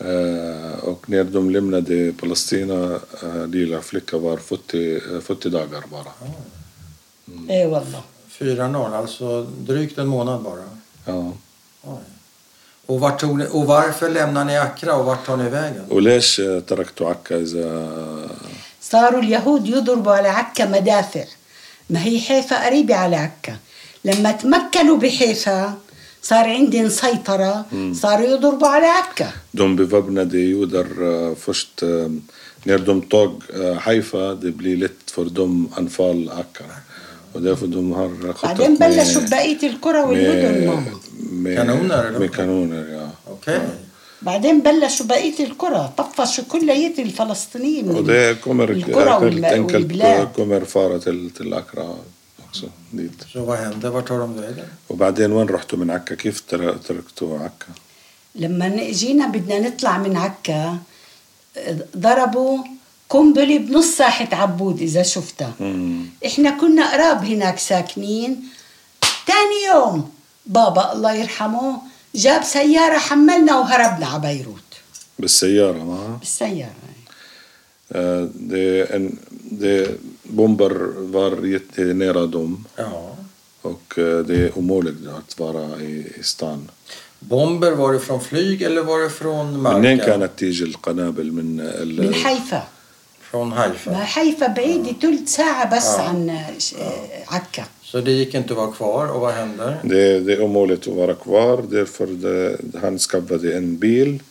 Speaker 2: آه، och när de lämnade Palestina eh, lilla flicka var 40, eh, 40 dagar bara.
Speaker 3: ايه والله
Speaker 1: 4-0, alltså drygt en månad bara.
Speaker 2: Ja.
Speaker 1: Oj. Och, vart tog ni, och varför lämnar ni Accra och vart tar ni vägen?
Speaker 2: وليش eh, تركتوا عكا إذا
Speaker 3: صاروا اليهود يضربوا على عكا مدافع ما هي حيفا قريبة على عكا لما تمكنوا بحيفا صار عندي سيطرة صاروا يضربوا على عكا
Speaker 2: de bevapnade judar eh, först eh, när de tog eh, Haifa det blir lätt för dem anfall Akka. Och därför de har skjutit
Speaker 3: بعدين بلشوا ببقية القرى والمدن
Speaker 2: med,
Speaker 3: ماما
Speaker 2: med,
Speaker 1: Kanoner, eller? Mm.
Speaker 2: med kanoner. Ja.
Speaker 1: Okej.
Speaker 3: بعدين بلشوا بقية القرى طفشوا كلية الفلسطينية من
Speaker 2: det kommer
Speaker 3: القرى
Speaker 2: väldigt
Speaker 3: والم- والبلاد
Speaker 2: enkelt kommer fara till, till Accra också. Dit.
Speaker 1: Så vad händer? Vart tar de vägen?
Speaker 2: Och بعدين وين رحتوا من عكا كيف تر- تركتوا عكا
Speaker 3: لما جينا بدنا نطلع من عكا ضربوا قنبلة بنص ساحة عبود إذا شفتها
Speaker 2: مم.
Speaker 3: إحنا كنا قراب هناك ساكنين تاني يوم بابا الله يرحمه جاب سيارة حملنا وهربنا على بيروت
Speaker 2: بالسيارة معها
Speaker 3: بالسيارة
Speaker 2: Eh, Det, är en, det bomber var jättenära dem
Speaker 1: Ja.
Speaker 2: och eh, det är omöjligt att vara i, i stan.
Speaker 1: Bomber, var det från flyg eller var det från
Speaker 2: منين
Speaker 1: marken?
Speaker 2: كانت تيجي القنابل من ال...
Speaker 3: من حيفا
Speaker 1: Från
Speaker 3: ما
Speaker 1: Haifa.
Speaker 3: حيفا بعيدة تلت ساعة بس
Speaker 1: آه.
Speaker 3: عن ش- عكا
Speaker 1: Så det gick inte att vara kvar och vad händer?
Speaker 2: Det, det är omöjligt att vara kvar. Därför det, han skaffade en bil.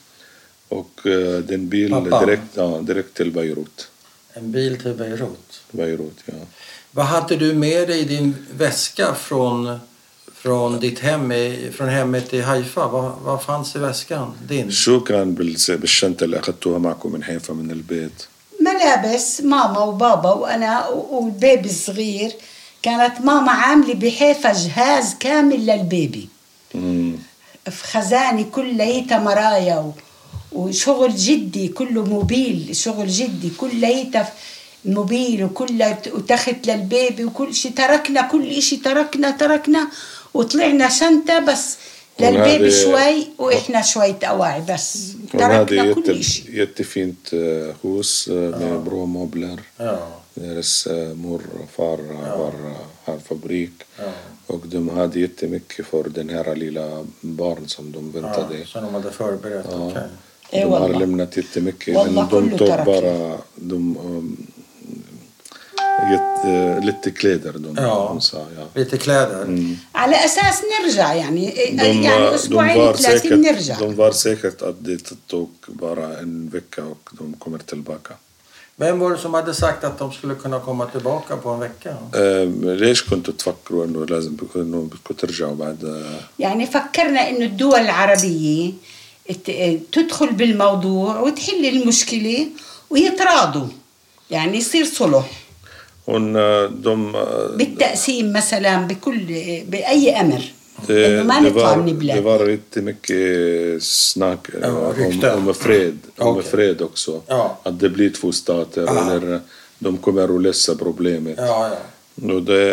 Speaker 2: Och eh, den bil
Speaker 1: Pappa.
Speaker 2: direkt, ja, direkt آه، till Beirut.
Speaker 1: En bil till Beirut.
Speaker 2: Beirut ja.
Speaker 1: Vad hade du med dig i din väska från, från ditt hem, i, från hemmet i Haifa? Vad, vad fanns i väskan? Din?
Speaker 2: شو كان بالز- بالشنطة اللي أخذتوها معكم من حيفا من البيت؟
Speaker 3: ملابس ماما وبابا وانا و- والبيبي الصغير كانت ماما عامله بحيفا جهاز كامل للبيبي
Speaker 2: مم.
Speaker 3: في خزانه كليتها مرايا و- وشغل جدي كله موبيل شغل جدي كليتها ف- موبيل وكل وتخت للبيبي وكل شيء تركنا كل شيء تركنا تركنا وطلعنا شنطة بس للبيبي
Speaker 2: والهذه-
Speaker 3: شوي واحنا شوية قواعي بس
Speaker 2: Men hade
Speaker 3: تركنا
Speaker 2: jätte,
Speaker 3: كل شيء
Speaker 2: jättefint eh, hus eh, med bra möbler.
Speaker 1: Ja.
Speaker 2: Deras eh, mor och far eh, var, eh, har fabrik.
Speaker 1: Ja.
Speaker 2: Och de hade jättemycket för den här lilla barn som de
Speaker 1: Ja,
Speaker 2: väntade.
Speaker 1: som de hade förberett. Okej.
Speaker 3: إيه
Speaker 2: de har
Speaker 3: والله.
Speaker 2: lämnat jättemycket. Men
Speaker 3: والله
Speaker 2: de
Speaker 3: كله
Speaker 2: tog
Speaker 3: ترك.
Speaker 2: bara de, um, gett, eh, lite kläder. De,
Speaker 1: Ja.
Speaker 2: de sa, ja.
Speaker 1: Lite kläder.
Speaker 3: على اساس نرجع يعني
Speaker 2: De,
Speaker 3: يعني
Speaker 2: eh, de,
Speaker 3: اسبوعين
Speaker 2: var
Speaker 3: ثلاثه
Speaker 2: säkert,
Speaker 3: بنرجع
Speaker 2: de var säkert att det tog bara en vecka och de kommer tillbaka.
Speaker 1: Vem var det som hade sagt att de skulle kunna komma tillbaka på en vecka?
Speaker 2: آه، ليش كنتوا تفكروا انه لازم بك- انه بدكم ترجعوا بعد آه،
Speaker 3: يعني فكرنا انه الدول العربيه ت- إيه، تدخل بالموضوع وتحل المشكله ويتراضوا يعني يصير صلح
Speaker 2: هون آه، دم آه،
Speaker 3: بالتقسيم مثلا بكل باي امر
Speaker 2: Det,
Speaker 3: انه ما
Speaker 2: det,
Speaker 3: نطلع من
Speaker 2: var, det
Speaker 3: البلاد
Speaker 2: var inte mycket snack eh,
Speaker 1: Ja,
Speaker 2: om,
Speaker 1: rykten.
Speaker 2: om fred, om
Speaker 1: Okej.
Speaker 2: fred också.
Speaker 1: Ja.
Speaker 2: Att det blir två stater eller de kommer att lösa problemet.
Speaker 1: Ja, ja.
Speaker 2: Och det,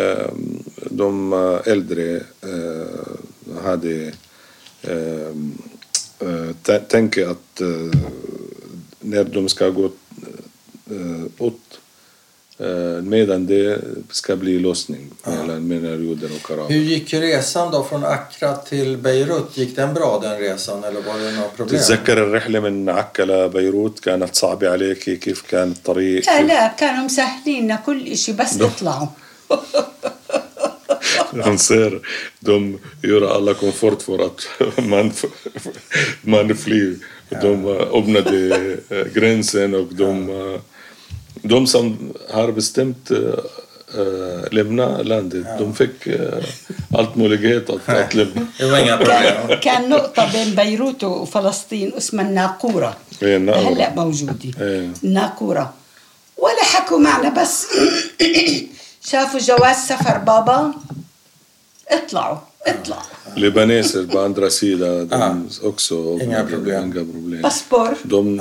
Speaker 2: de äldre eh, hade eh, eh, tä- tänker att eh, när de ska gå eh, åt eh, medan det ska bli lösning mellan, mellan judar och araber.
Speaker 1: Hur gick resan då från Accra till Beirut? Gick den bra den resan eller var det några problem?
Speaker 2: تتذكر الرحلة من عكا لبيروت كانت صعبة عليك كيف كان الطريق
Speaker 3: لا لا كانوا مسهلين كل شيء بس تطلعوا
Speaker 2: Han ser de gör alla komfort för att man, man flyr. De eh, öppnade eh, gränsen och de, eh, de som har bestämt eh, eh, lämna landet, de fick eh, allt möjlighet att, att lämna.
Speaker 1: Det var inga problem.
Speaker 3: كان, كان نقطة بين بيروت وفلسطين اسمها الناقورة
Speaker 2: إيه، الناقورة.
Speaker 3: هلا موجودة
Speaker 2: إيه.
Speaker 3: الناقورة ولا حكوا معنا بس شافوا جواز سفر بابا اطلعوا اطلعوا
Speaker 2: Libaneser på andra sidan, de också
Speaker 1: Inga
Speaker 2: öppnade,
Speaker 1: problem.
Speaker 2: Inga problem.
Speaker 3: باسبور
Speaker 2: De,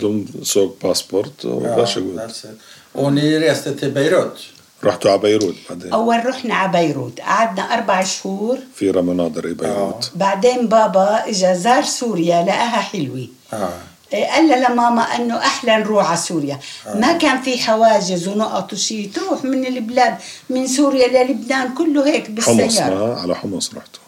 Speaker 2: de såg passport och
Speaker 1: Ja,
Speaker 2: varsågod.
Speaker 1: that's it. Och ni reste till Beirut?
Speaker 2: رحتوا على بيروت بعدين
Speaker 3: أول رحنا على بيروت قعدنا أربع شهور
Speaker 2: في مناظر بيروت
Speaker 3: بعدين بابا إجا زار سوريا لقاها حلوة
Speaker 1: Ja.
Speaker 3: إيه، قال لها لماما انه احلى نروح على سوريا
Speaker 2: آه.
Speaker 3: ما كان في حواجز ونقط وشي تروح من البلاد من سوريا للبنان كله هيك
Speaker 2: حمص آه.
Speaker 3: بالسياره
Speaker 2: ما على حمص رحتوا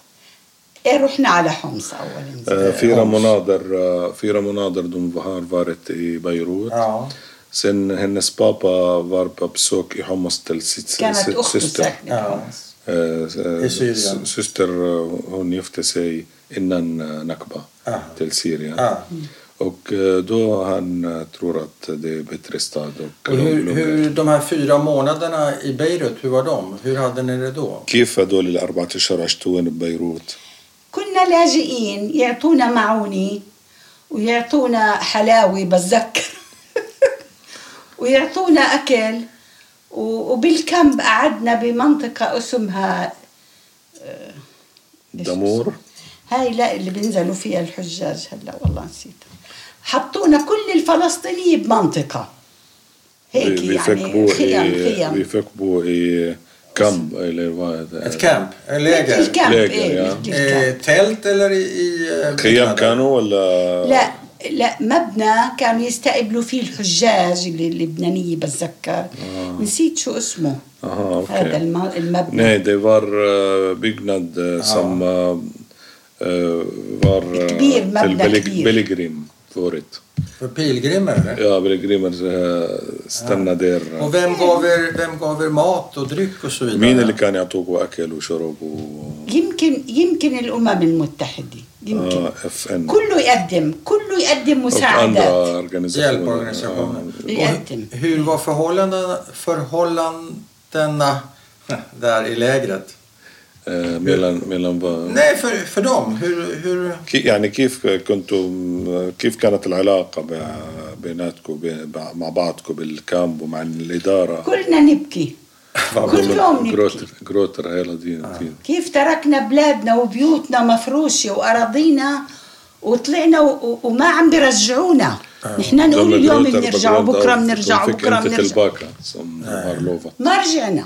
Speaker 3: ايه رحنا على حمص اولا
Speaker 2: آه، في مناظر آه، في مناظر دون ظهار فارت اي بيروت
Speaker 1: ja.
Speaker 2: سن هنس بابا فار بابسوك اي حمص تل سيت
Speaker 3: كانت
Speaker 2: سيت-
Speaker 3: اخته
Speaker 2: سيستر
Speaker 3: ساكنه بحمص.
Speaker 2: آه، آه،
Speaker 1: سوريا.
Speaker 2: سيستر آه، هون يفتسي انن آه، نكبة
Speaker 1: آه.
Speaker 2: تل سيريا
Speaker 1: Ja.
Speaker 2: och eh, då han eh, tror att det är bättre stad och
Speaker 1: Och hur,
Speaker 2: lugn-
Speaker 1: hur, de här fyra månaderna i Beirut, hur var de? Hur hade ni det då?
Speaker 2: كيف هدول الأربعة أشهر عشتوا وين ببيروت؟
Speaker 3: كنا لاجئين يعطونا معونه ويعطونا حلاوي بتذكر ويعطونا أكل و- وبالكامب قعدنا بمنطقة اسمها آه، إيش
Speaker 2: دمور
Speaker 3: هاي لا اللي بينزلوا فيها الحجاج هلا والله نسيت حطونا كل الفلسطينية بمنطقة هيك يعني
Speaker 2: بيفكبوا
Speaker 3: خيام
Speaker 2: إيه-
Speaker 3: خيام
Speaker 2: بيفكبوا إيه كامب اللي هو هذا.
Speaker 1: Ett camp? En läger?
Speaker 3: مثل كامب
Speaker 2: لاجر،
Speaker 3: إيه،
Speaker 2: يا.
Speaker 3: مثل كامب.
Speaker 1: Eh, tält eller i... i eh,
Speaker 2: خيام
Speaker 1: byggnader?
Speaker 2: كانوا ولا
Speaker 3: لا لا مبنى كانوا يستقبلوا فيه الحجاج اللي- اللبنانية بتذكر
Speaker 2: آه.
Speaker 3: نسيت شو اسمه
Speaker 2: اها
Speaker 3: هذا
Speaker 2: اوكي
Speaker 3: الم- المبنى
Speaker 2: Nej, det var eh, byggnad eh, som eh, eh, var eh,
Speaker 3: كبير، مبنى
Speaker 2: till Belleg-
Speaker 3: كبير.
Speaker 2: Bellegrim förut.
Speaker 1: För pilgrimer eller?
Speaker 2: Ja, Bellegrimer eh, stannade där.
Speaker 1: Och vem gav, er, vem gav er mat och dryck och så vidare?
Speaker 2: مين اللي كان يعطوكوا اكل وشرب و
Speaker 3: يمكن يمكن الأمم المتحدة يمكن
Speaker 2: اف ان
Speaker 3: كله يقدم كله يقدم مساعدات
Speaker 2: andra organisationer.
Speaker 1: Hjälporganisationen.
Speaker 2: Ja.
Speaker 1: Och
Speaker 3: Hjälten.
Speaker 1: hur- hur var förhållandena, förhållandena där i lägret?
Speaker 2: Eh, mellan, mellan vad-
Speaker 1: Nej, för, för dem. Hur, hur...
Speaker 2: كي- يعني كيف كنتم كيف كانت العلاقة ب- بيناتكم ب- مع بعضكم بالكامب ومع الإدارة؟
Speaker 3: كلنا نبكي كل يوم نبكي
Speaker 2: جروتر جروتر هيلا دي دي-
Speaker 3: كيف تركنا بلادنا وبيوتنا مفروشة وأراضينا وطلعنا و- و- وما عم بيرجعونا نحن نقول
Speaker 2: آه، لما
Speaker 3: اليوم
Speaker 2: جروتر
Speaker 3: بنرجع
Speaker 2: بجروند
Speaker 3: بكرة
Speaker 2: أو
Speaker 3: بنرجع
Speaker 2: تنفك
Speaker 3: بكرة
Speaker 2: أنت
Speaker 3: بنرجع
Speaker 2: تلباكا som har lovat.
Speaker 3: ما رجعنا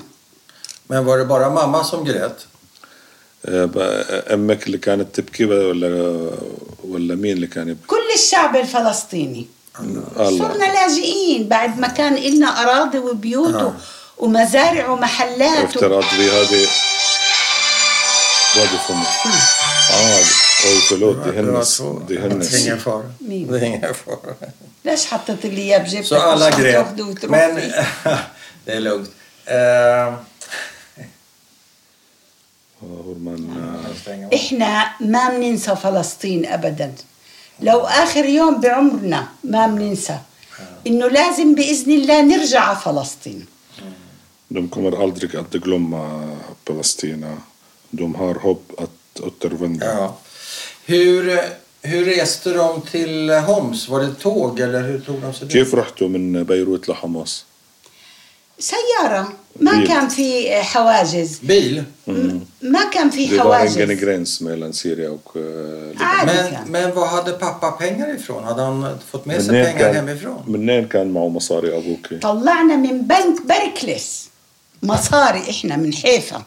Speaker 1: Men var det bara mamma som grät?
Speaker 2: آه، بقى أمك اللي كانت تبكي بقى ولا ولا مين اللي كان يبكي؟
Speaker 3: كل الشعب الفلسطيني صرنا
Speaker 2: الله
Speaker 3: لاجئين بعد ما كان إلنا أراضي وبيوت
Speaker 2: آه.
Speaker 3: و- ومزارع ومحلات و-
Speaker 2: افترض في هذه وادي فمك اه أوه، förlåt
Speaker 1: آه.
Speaker 2: دي هنس دي
Speaker 1: Det är
Speaker 2: هنس
Speaker 1: ingen fara.
Speaker 3: Min.
Speaker 1: Det är ingen fara.
Speaker 3: ليش حطيت لي إياه بجيبتك
Speaker 1: Så alla
Speaker 3: عشان
Speaker 1: grät.
Speaker 3: تاخده وتروح
Speaker 1: Men
Speaker 3: فيه؟
Speaker 1: det är lugnt. Eh,
Speaker 2: هورمان آه،
Speaker 1: jag stänger av.
Speaker 3: احنا ما بننسى فلسطين ابدا لو اخر يوم بعمرنا ما بننسى انه لازم باذن الله نرجع على فلسطين
Speaker 2: De kommer aldrig att glömma Palestina. De har hopp att återvända.
Speaker 1: Ja. Hur, hur reste de till Homs? Var det tåg eller hur tog de sig dit?
Speaker 2: كيف رحتوا من بيروت لحماس؟
Speaker 3: سياره ما
Speaker 2: بيل.
Speaker 3: كان في حواجز
Speaker 1: Bil?
Speaker 3: ما كان
Speaker 2: Det
Speaker 3: في
Speaker 2: var ingen
Speaker 3: حواجز
Speaker 2: gräns mellan Syrien och eh, Libanon.
Speaker 3: عادي
Speaker 1: Men,
Speaker 3: كان
Speaker 1: men var hade pappa pengar ifrån? Hade han fått med sig
Speaker 2: منين
Speaker 1: pengar
Speaker 2: كان
Speaker 1: hemifrån?
Speaker 2: منين كان معه مصاري ابوك؟
Speaker 3: طلعنا من بنك بركلس مصاري احنا من حيفا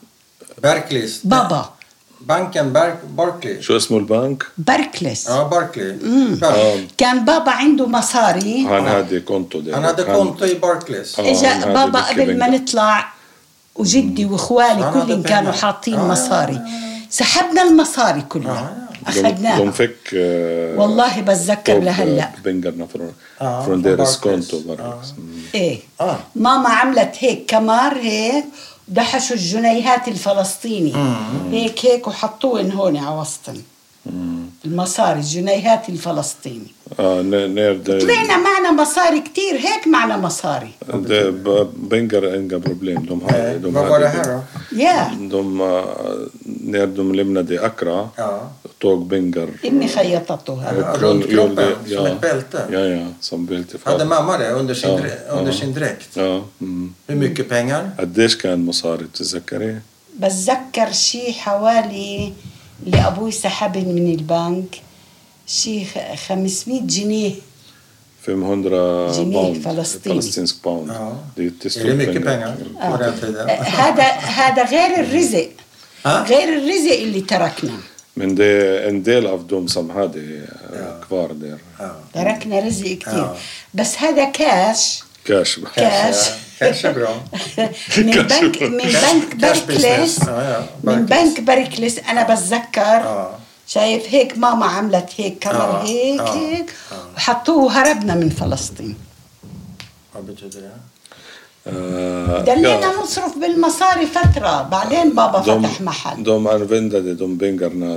Speaker 1: Barclays?
Speaker 3: بابا
Speaker 1: Banken Bar- Barclays?
Speaker 2: شو اسمه البنك؟
Speaker 3: بركلس
Speaker 1: Ja, Barclay. Barclays.
Speaker 3: كان بابا عنده مصاري
Speaker 2: هان هادي كونتو ده.
Speaker 1: Han hade konto i Barclays.
Speaker 2: Ja.
Speaker 3: اجا
Speaker 2: هذا
Speaker 3: بابا
Speaker 2: بيحكي
Speaker 3: قبل ما
Speaker 2: بيننا.
Speaker 3: نطلع وجدي
Speaker 1: آه،
Speaker 3: واخوالي
Speaker 1: هذا
Speaker 3: كلهم
Speaker 1: بيننا.
Speaker 3: كانوا حاطين
Speaker 1: آه.
Speaker 3: مصاري سحبنا المصاري كلها
Speaker 2: De, de
Speaker 3: اخذناها
Speaker 2: fick... eh,
Speaker 3: والله بتذكر
Speaker 2: tog, eh,
Speaker 3: لهلا
Speaker 2: pengarna från,
Speaker 1: Ja,
Speaker 2: från
Speaker 1: från
Speaker 2: deras
Speaker 1: Barclays.
Speaker 2: konto. bara.
Speaker 1: Ja.
Speaker 2: Mm.
Speaker 3: ايه
Speaker 1: آه.
Speaker 3: ماما عملت هيك كمار هيك دحشوا الجنيهات الفلسطيني هيك هيك وحطوهن هون على وسطن المصاري الجنيهات الفلسطيني
Speaker 2: Ja, när, när
Speaker 1: إيه.
Speaker 2: det,
Speaker 3: طلعنا معنا مصاري كتير هيك معنا مصاري
Speaker 2: det, ba- pengar är inga problem. De har,
Speaker 1: Nej,
Speaker 2: de
Speaker 1: Eh, Vad
Speaker 2: hade
Speaker 1: var det
Speaker 2: det.
Speaker 1: här då?
Speaker 3: يا
Speaker 2: De, eh, när de lämnade Accra
Speaker 1: Ja.
Speaker 2: tog Bengar
Speaker 3: امي خيطتها
Speaker 1: Ja,
Speaker 2: och
Speaker 1: runt
Speaker 2: gjorde-
Speaker 1: kroppen, som ett bälte.
Speaker 2: Ja, ja, som bälte. för-
Speaker 1: Hade mamma det under sin,
Speaker 2: Ja,
Speaker 1: drä- under
Speaker 2: ja.
Speaker 1: sin dräkt?
Speaker 2: Ja. Mm.
Speaker 1: Hur mycket pengar?
Speaker 2: قديش كان مصاري بتتذكري؟
Speaker 3: بتذكر شي حوالي اللي ابوي سحبن من البنك شي خ- 500 جنيه
Speaker 2: 500
Speaker 3: جنيه
Speaker 2: باوند
Speaker 3: فلسطيني.
Speaker 2: فلسطينsk باوند
Speaker 1: Ja.
Speaker 2: Det är
Speaker 1: Är det
Speaker 2: jättestort
Speaker 1: mycket pengar på den tiden?
Speaker 3: هذا هذا غير الرزق
Speaker 1: ها؟
Speaker 3: غير الرزق اللي تركنا
Speaker 2: Men det är en del av dem som hade eh, kvar där.
Speaker 3: تركنا رزق كثير
Speaker 1: آه.
Speaker 3: بس هذا كاش
Speaker 2: Cash.
Speaker 3: كاش
Speaker 1: Kanske bra.
Speaker 3: من
Speaker 2: كاش.
Speaker 3: بنك من
Speaker 1: كاش-
Speaker 3: بنك
Speaker 1: كاش
Speaker 3: بركلس
Speaker 1: بيزنس. آه، آه،
Speaker 3: من
Speaker 1: بركلس.
Speaker 3: بنك بركلس انا بتذكر
Speaker 1: آه.
Speaker 3: شايف هيك ماما عملت هيك كمر
Speaker 1: آه،
Speaker 3: هيك
Speaker 1: آه،
Speaker 3: هيك وحطوه وهربنا من فلسطين
Speaker 1: Vad betyder det?
Speaker 2: Eh,
Speaker 3: ضلينا نصرف بالمصاري فترة بعدين بابا فتح محل
Speaker 2: de använde de pengarna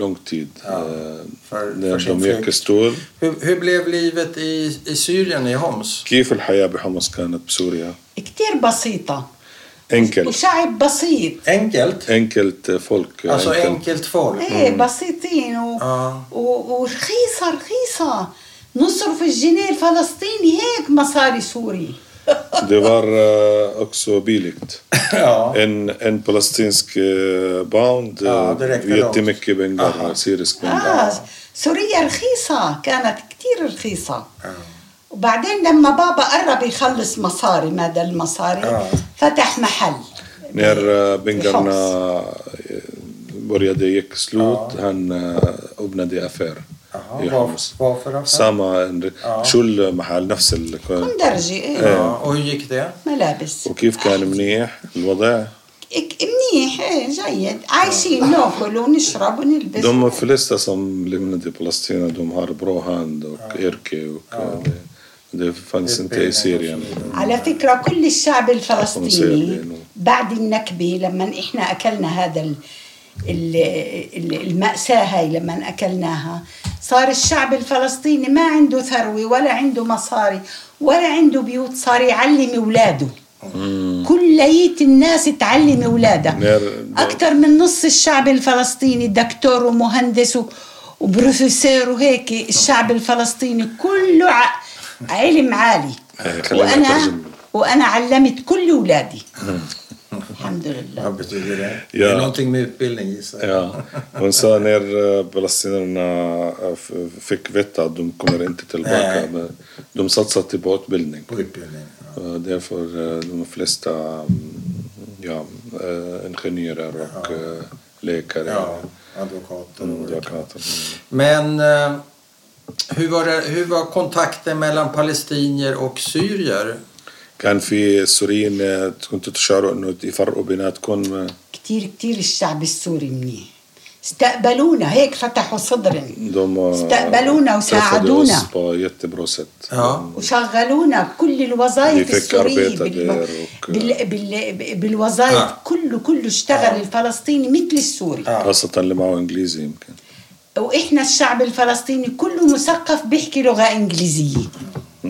Speaker 2: lång tid. eh,
Speaker 1: för-
Speaker 2: när
Speaker 1: för sin
Speaker 2: de gick
Speaker 1: flykt.
Speaker 2: stor.
Speaker 1: Hur, hur blev livet i, i Syrien, i Homs?
Speaker 2: كيف الحياة بحمص كانت بسوريا؟
Speaker 3: كتير بسيطة
Speaker 2: enkelt.
Speaker 3: وشعب بسيط
Speaker 1: Enkelt?
Speaker 2: Enkelt eh, folk. eh,
Speaker 1: Alltså
Speaker 2: enkelt.
Speaker 1: enkelt folk?
Speaker 3: ايه بسيطين و...
Speaker 1: آه.
Speaker 3: و... ورخيصه رخيصه نصرف الجنيه الفلسطيني هيك مصاري سوري
Speaker 2: Det var eh, också billigt.
Speaker 1: Ja.
Speaker 2: En, en palestinsk eh, pound,
Speaker 1: Ja, det
Speaker 2: eh,
Speaker 1: räckte långt.
Speaker 2: jättemycket pengar,
Speaker 1: Aha.
Speaker 2: syrisk pengar.
Speaker 3: اه سوريا رخيصه كانت كتير رخيصه وبعدين لما بابا قرب يخلص مصاري مدى المصاري
Speaker 1: آه.
Speaker 3: فتح محل
Speaker 2: När eh, pengarna
Speaker 3: Homs.
Speaker 2: eh, började gick slut, han eh, öppnade affär
Speaker 1: Jaha,
Speaker 2: i
Speaker 1: vad-
Speaker 2: Homs.
Speaker 1: vad för affär?
Speaker 2: Samma, en
Speaker 1: Ja.
Speaker 2: kjolmahall, نفس ال-
Speaker 3: مندرجه ايه
Speaker 1: ja. eh, Och hur gick det?
Speaker 3: ملابس
Speaker 2: وكيف كان منيح الوضع؟
Speaker 3: إك- منيح ايه جيد عايشين ناكل ونشرب ونلبس
Speaker 2: De flesta som lämnade Palestina de har bra hand och yrke. Och, eh, Det, det fanns inte i Syrien.
Speaker 3: على فكرة كل الشعب الفلسطيني
Speaker 2: سيرين.
Speaker 3: بعد النكبة لما إحنا أكلنا هذا ال- ال- ال- المأساة هاي لما أكلناها صار الشعب الفلسطيني ما عنده ثروة ولا عنده مصاري ولا عنده بيوت صار يعلم أولاده كلية الناس تعلم أولادها
Speaker 2: نار-
Speaker 3: أكثر من نص الشعب الفلسطيني دكتور ومهندس و- وبروفيسور وهيك الشعب الفلسطيني كله ع... علم عالي
Speaker 2: إيه، خلينا
Speaker 3: وأنا
Speaker 2: نترجم.
Speaker 3: وأنا علمت كل أولادي الحمد لله
Speaker 1: Vad betyder det?
Speaker 2: Ja.
Speaker 1: Det är någonting med utbildning gissar jag.
Speaker 2: Ja. Hon sa när eh, palestinierna eh, f- fick veta att de kommer inte tillbaka.
Speaker 1: Nej.
Speaker 2: men De satsade på utbildning.
Speaker 1: På utbildning. Ja.
Speaker 2: Eh, Därför eh, de flesta mm, ja, eh, ingenjörer och eh, läkare.
Speaker 1: Ja, advokater och
Speaker 2: mm, advokater.
Speaker 1: Men eh, hur, var det, hur var kontakten mellan palestinier och syrier?
Speaker 2: كان في السوريين آه، كنتوا تشعروا انه يفرقوا بيناتكم آه،
Speaker 3: كتير كتير الشعب السوري منيح استقبلونا هيك فتحوا صدرنا
Speaker 2: De har
Speaker 3: استقبلونا
Speaker 2: träffade
Speaker 3: وساعدونا
Speaker 2: oss på jättebra sätt.
Speaker 1: Ja.
Speaker 3: وشغلونا كل
Speaker 2: اللي
Speaker 3: الوظائف
Speaker 2: فك
Speaker 3: السورية
Speaker 2: أربيتا
Speaker 3: بال...
Speaker 2: دير وك-
Speaker 3: بال... بال... بالوظائف
Speaker 1: آه.
Speaker 3: كله كله اشتغل الفلسطيني مثل السوري
Speaker 1: آه.
Speaker 2: خاصة اللي معه انجليزي يمكن.
Speaker 3: وإحنا الشعب الفلسطيني كله مثقف بيحكي لغة إنجليزية
Speaker 2: Mm.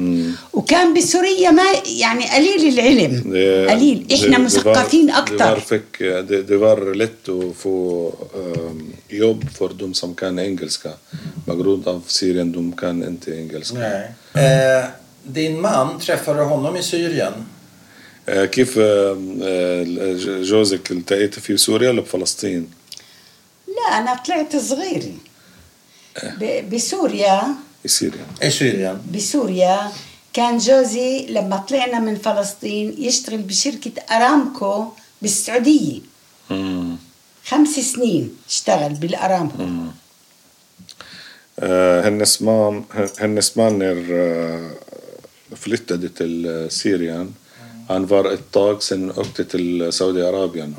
Speaker 3: وكان بسوريا ما يعني قليل العلم
Speaker 2: Det-
Speaker 3: قليل إحنا
Speaker 2: det- det var-
Speaker 3: مثقفين
Speaker 2: Det var,
Speaker 3: أكتر
Speaker 2: fick, det, det var lätt att få ehm, jobb för de som kan engelska. På grund av Syrien, de kan inte engelska.
Speaker 1: Nej. Eh, din man, träffade du honom i Syrien?
Speaker 2: Eh, كيف ehm, eh, جوزك التقيت في سوريا ولا بفلسطين؟
Speaker 3: لا أنا طلعت صغيرة ب- بسوريا
Speaker 2: في سوريا.
Speaker 1: I Syrien.
Speaker 3: بسوريا كان جوزي لما طلعنا من فلسطين يشتغل بشركة أرامكو بالسعودية
Speaker 2: Mm.
Speaker 3: خمس سنين اشتغل بالأرامكو
Speaker 2: Eh, hennes, mam, hennes man är, eh, flyttade till eh, Syrien. Han var ett tag, sen åkte till eh, Saudiarabien.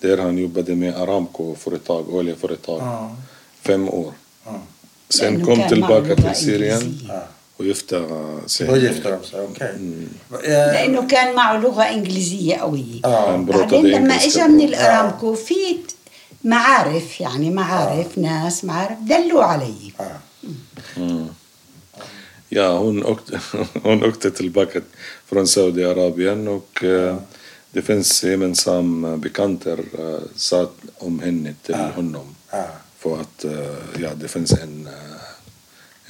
Speaker 2: Där han jobbade med Aramco-företag, oljeföretag.
Speaker 1: Ja.
Speaker 2: Fem år.
Speaker 3: لأنه
Speaker 2: Sen kom
Speaker 3: كان معه
Speaker 2: tillbaka
Speaker 3: لغة
Speaker 2: till Syrien
Speaker 3: إنجليزية.
Speaker 1: Ja.
Speaker 2: och gifte eh, sig.
Speaker 1: Då gifte de sig, okej. Eh,
Speaker 3: لأنه كان معه لغة إنجليزية قوية
Speaker 1: ja.
Speaker 2: Han
Speaker 3: بعدين
Speaker 2: pratade
Speaker 3: لما
Speaker 2: engelska
Speaker 3: اجى
Speaker 2: bra.
Speaker 3: من الارامكو في معارف يعني معارف ناس معارف دلوا علي
Speaker 1: ja.
Speaker 2: Mm. Ja, hon åkte, hon åkte tillbaka från Saudiarabien och eh, det finns gemensam bekanta eh, sa om henne till honom.
Speaker 1: Ja.
Speaker 2: För att eh, ja, det finns en, eh,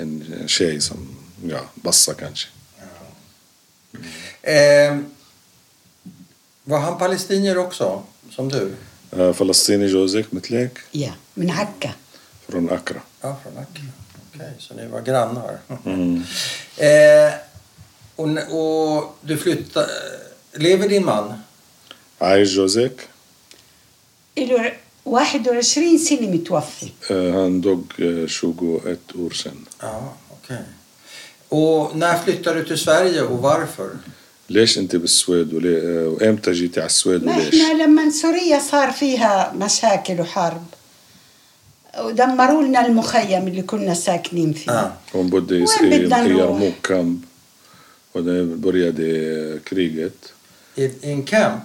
Speaker 2: en tjej som, ja, Bassa kanske.
Speaker 1: Eh, var han palestinier också, som du?
Speaker 2: Eh, Palestini Josek Mitlek
Speaker 3: يا من عكا
Speaker 2: från Accra.
Speaker 1: Ja, från Nacka. Mm. Okej, så ni var grannar.
Speaker 2: Mm.
Speaker 1: Eh, och, n- och du flyttade... Lever din man?
Speaker 2: Aish Josek,
Speaker 3: له 21 سنه متوفي
Speaker 2: eh, han dog eh, 21 år sedan.
Speaker 1: Ja, okej. Och när flyttade du till Sverige och varför?
Speaker 2: ليش انت بالسويد وليه آه، وامتى جيتي على السويد
Speaker 3: ما
Speaker 2: وليش؟
Speaker 3: احنا لما سوريا صار فيها مشاكل وحرب ودمروا لنا المخيم اللي كنا ساكنين فيه
Speaker 1: Ja.
Speaker 2: Hon bodde i,
Speaker 3: Hon
Speaker 2: i,
Speaker 3: bodde
Speaker 2: i
Speaker 3: nog-
Speaker 2: Jarmok-camp. Och det började kriget.
Speaker 1: I, i en camp?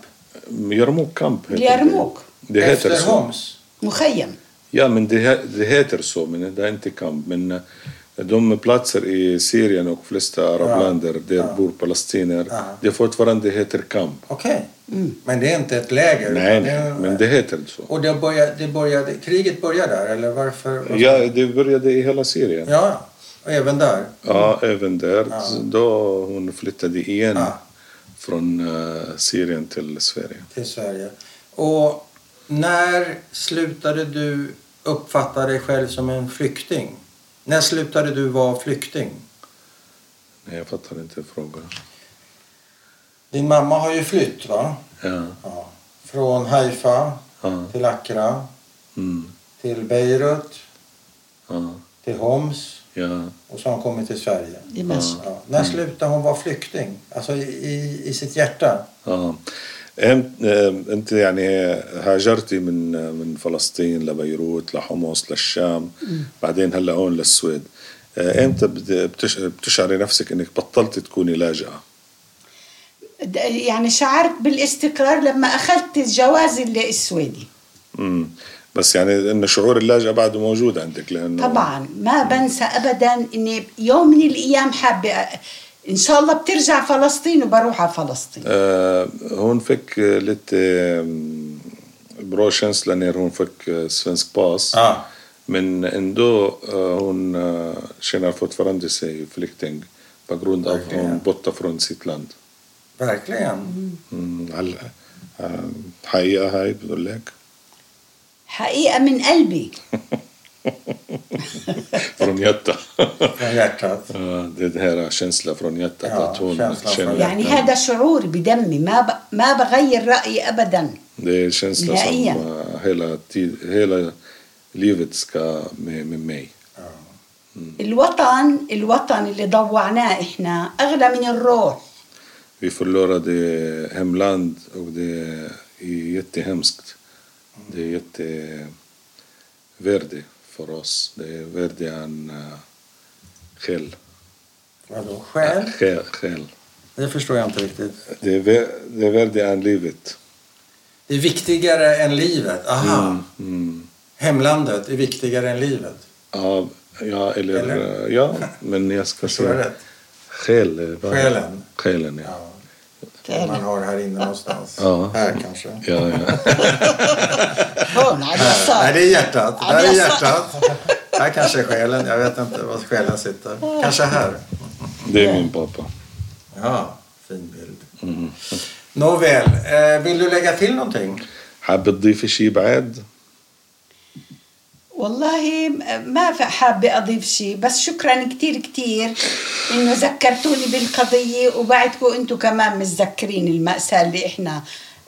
Speaker 2: Jarmok-camp heter
Speaker 3: Jarmok.
Speaker 2: det. Det heter
Speaker 1: Efter
Speaker 2: så.
Speaker 1: Homs?
Speaker 3: مخيم
Speaker 2: Ja, men det, he- det heter så, men det är inte camp. Men eh, de platser i Syrien och flesta arabländer där bor palestinier,
Speaker 1: Ja.
Speaker 2: det fortfarande heter camp.
Speaker 1: Okej. Men det är inte ett läger.
Speaker 2: Mm. Nej,
Speaker 1: utan det
Speaker 2: nej,
Speaker 1: är-
Speaker 2: men det heter så.
Speaker 1: Och det började, det började, kriget började där, eller varför? varför?
Speaker 2: Ja, det började i hela Syrien.
Speaker 1: ja, och även där.
Speaker 2: Ja, även där.
Speaker 1: Ja.
Speaker 2: Då hon flyttade igen
Speaker 1: Ja.
Speaker 2: från eh, Syrien till Sverige.
Speaker 1: till Sverige. Och när slutade du uppfatta dig själv som en flykting? När slutade du vara flykting?
Speaker 2: Nej, jag fattar inte frågan.
Speaker 1: Din mamma har ju flytt, va?
Speaker 2: Ja.
Speaker 1: Ja. Från Haifa
Speaker 2: Ja.
Speaker 1: till Accra,
Speaker 2: Mm.
Speaker 1: till Beirut,
Speaker 2: Ja.
Speaker 1: till Homs
Speaker 2: Ja.
Speaker 1: och så har hon kommit till Sverige.
Speaker 3: Dimash.
Speaker 1: Ja. När
Speaker 2: Mm.
Speaker 1: slutade hon vara flykting? Alltså i, i, i sitt hjärta?
Speaker 2: آه. أم- أم- انت يعني هاجرتي من من فلسطين لبيروت لحمص للشام بعدين هلا هون للسويد آه، امتى بت- بتش- بتشعري نفسك انك بطلت تكوني لاجئه
Speaker 3: د- يعني شعرت بالاستقرار لما أخذت الجواز ال- السويدي
Speaker 2: امم بس يعني ان شعور اللاجئه بعده موجود عندك لانه
Speaker 3: طبعا ما بنسى أبدا إني يوم من الأيام حابة أ- إن شاء الله بترجع فلسطين وبروح على فلسطين
Speaker 2: آه، هون فك آه، لت آم، برو شانسلنر هون فك آه، سvensk باس
Speaker 1: Ja.
Speaker 2: Men ändå, eh, hon eh, känner fortfarande sig flykting på grund av att hon
Speaker 1: Verkligen.
Speaker 2: borta från sitt land.
Speaker 1: Verkligen.
Speaker 2: Mm, eh, هلا آه، حقيقة هاي بقول لك
Speaker 3: حقيقة من قلبي
Speaker 2: från hjärtat.
Speaker 1: Från hjärtat.
Speaker 2: آه، det här känslan från hjärtat
Speaker 1: Ja,
Speaker 2: att hon
Speaker 1: känslan från
Speaker 2: känner
Speaker 1: hjärtat.
Speaker 3: يعني هذا شعور بدمي ما ب... ما بغير رأيي أبدا
Speaker 2: Det är en känsla som
Speaker 3: نهائياً.
Speaker 2: eh, hela, tid, hela livet ska med, med mig.
Speaker 3: الوطن الوطن اللي ضوعناه إحنا أغلى من الروح
Speaker 2: Vi förlorade hemland och det är jättehemskt. Det är jättevärde för oss. Det är värde än uh, själ.
Speaker 1: Vadå? Själ?
Speaker 2: Själ- själ.
Speaker 1: Det förstår jag inte riktigt.
Speaker 2: Det är, vä- det är värde än livet.
Speaker 1: Det är viktigare än livet. Aha.
Speaker 2: Mm.
Speaker 1: Hemlandet är viktigare än livet.
Speaker 2: Ja, ja, eller,
Speaker 1: Eller?
Speaker 2: eh, ja, men jag ska
Speaker 1: Förstår jag
Speaker 2: säga
Speaker 1: rätt?
Speaker 2: själ. eh, vad-
Speaker 1: Själen.
Speaker 2: Själen, ja.
Speaker 1: Ja. Som man har här inne någonstans.
Speaker 2: Ja.
Speaker 1: Här kanske.
Speaker 2: ja, ja.
Speaker 3: هون على
Speaker 1: Här.
Speaker 3: اليسار
Speaker 1: Nej, Alltså. det är hjärtat.
Speaker 3: Ja,
Speaker 1: Där
Speaker 3: det
Speaker 1: är
Speaker 3: är
Speaker 1: hjärtat. Här kanske är själen. Jag vet inte var själen sitter. Kanske här.
Speaker 2: Det är min pappa.
Speaker 1: Ja, fin bild.
Speaker 2: Mm.
Speaker 1: Nåväl, eh, vill du lägga till någonting?
Speaker 2: حابة تضيفي شيء بعد؟
Speaker 3: والله ما ف- حابة أضيف شيء بس شكرا كتير كتير إنه ذكرتوني بالقضية وبعدكم أنتم كمان متذكرين المأساة اللي إحنا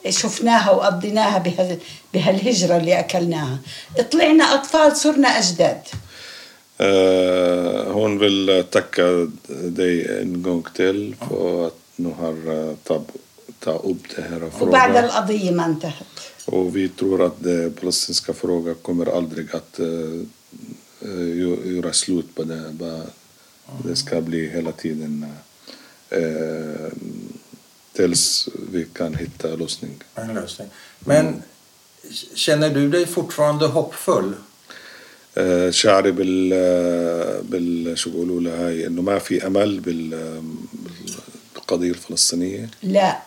Speaker 3: شفناها وقضيناها بهال... بهالهجرة اللي أكلناها طلعنا أطفال صرنا أجداد
Speaker 2: Eh, hon vill tacka dig en gång till för att du har eh, tab- tagit upp det här
Speaker 3: وبعد
Speaker 2: frågan.
Speaker 3: القضية ما انتهت
Speaker 2: Och vi tror att den palestinska frågan kommer aldrig att eh, eh, gö- göra slut på det. Bara Det ska bli hela tiden eh, tills vi kan hitta lösning.
Speaker 1: En lösning. Men
Speaker 2: Mm.
Speaker 1: känner du dig fortfarande hoppfull?
Speaker 2: آه، شعري بال آه، بال شو بيقولوا لها هاي انه ما في امل بال آه، بالقضيه الفلسطينيه
Speaker 3: لا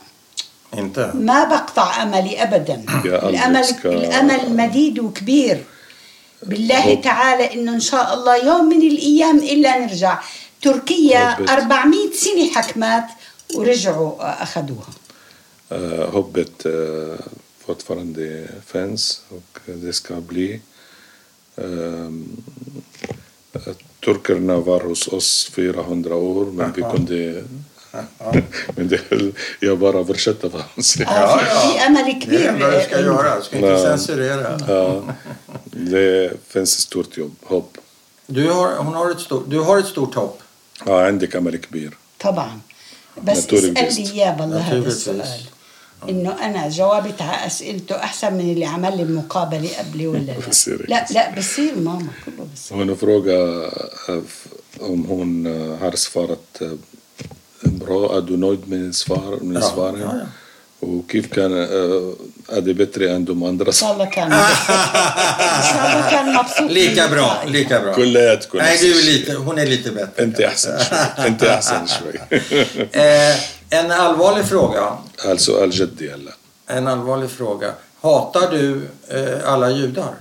Speaker 1: Inte?
Speaker 3: ما بقطع املي ابدا
Speaker 2: يا
Speaker 3: الامل
Speaker 2: ألبسك.
Speaker 3: الامل مديد وكبير بالله
Speaker 2: هوب.
Speaker 3: تعالى انه ان شاء الله يوم من الايام الا نرجع تركيا
Speaker 2: هوبت.
Speaker 3: 400 سنه حكمات ورجعوا اخذوها
Speaker 2: آه، هوبت آه، Eh, fortfarande finns och det ska bli. Ehm, Turkerna var hos oss 400 år men vi kunde... men det, jag bara översätter vad han säger.
Speaker 1: Ja,
Speaker 3: في-
Speaker 1: ja.
Speaker 3: في امل
Speaker 1: Det är det
Speaker 3: كبير
Speaker 1: enda du ska
Speaker 3: عندي.
Speaker 1: göra. Du ska inte
Speaker 2: Nej.
Speaker 1: censurera.
Speaker 2: Ja, det finns ett stort jobb, hopp.
Speaker 1: Du har, hon har ett stort, du har ett stort hopp.
Speaker 2: Ja, عندك أمل كبير
Speaker 3: طبعا بس
Speaker 2: Naturligtvis.
Speaker 3: اسال لي اياه والله هذا
Speaker 1: Naturligtvis.
Speaker 3: السؤال انه انا جاوبت على اسئلته احسن من اللي عمل لي المقابله قبلي ولا لا
Speaker 2: بصير
Speaker 3: لا
Speaker 2: هيك.
Speaker 3: لا بصير ماما كله بصير
Speaker 2: Hon frågar eh, om hon eh, har svarat eh, bra. Är du nöjd med, svar, med
Speaker 1: Ja,
Speaker 2: svaren?
Speaker 1: ja, ja.
Speaker 2: Och hur kan, eh, är det bättre än de andra?
Speaker 3: ان شاء الله كان ان شاء الله كان مبسوط
Speaker 1: Lika bra, lika bra.
Speaker 2: كلياتكم
Speaker 1: Nej,
Speaker 2: أحسن
Speaker 1: du är
Speaker 2: شيء.
Speaker 1: lite, hon är lite bättre.
Speaker 2: انت احسن شوي انت احسن شوي
Speaker 1: Eh, en allvarlig fråga.
Speaker 2: قال سؤال جدي هلا
Speaker 1: en allvarlig fråga. Hatar du eh, alla judar?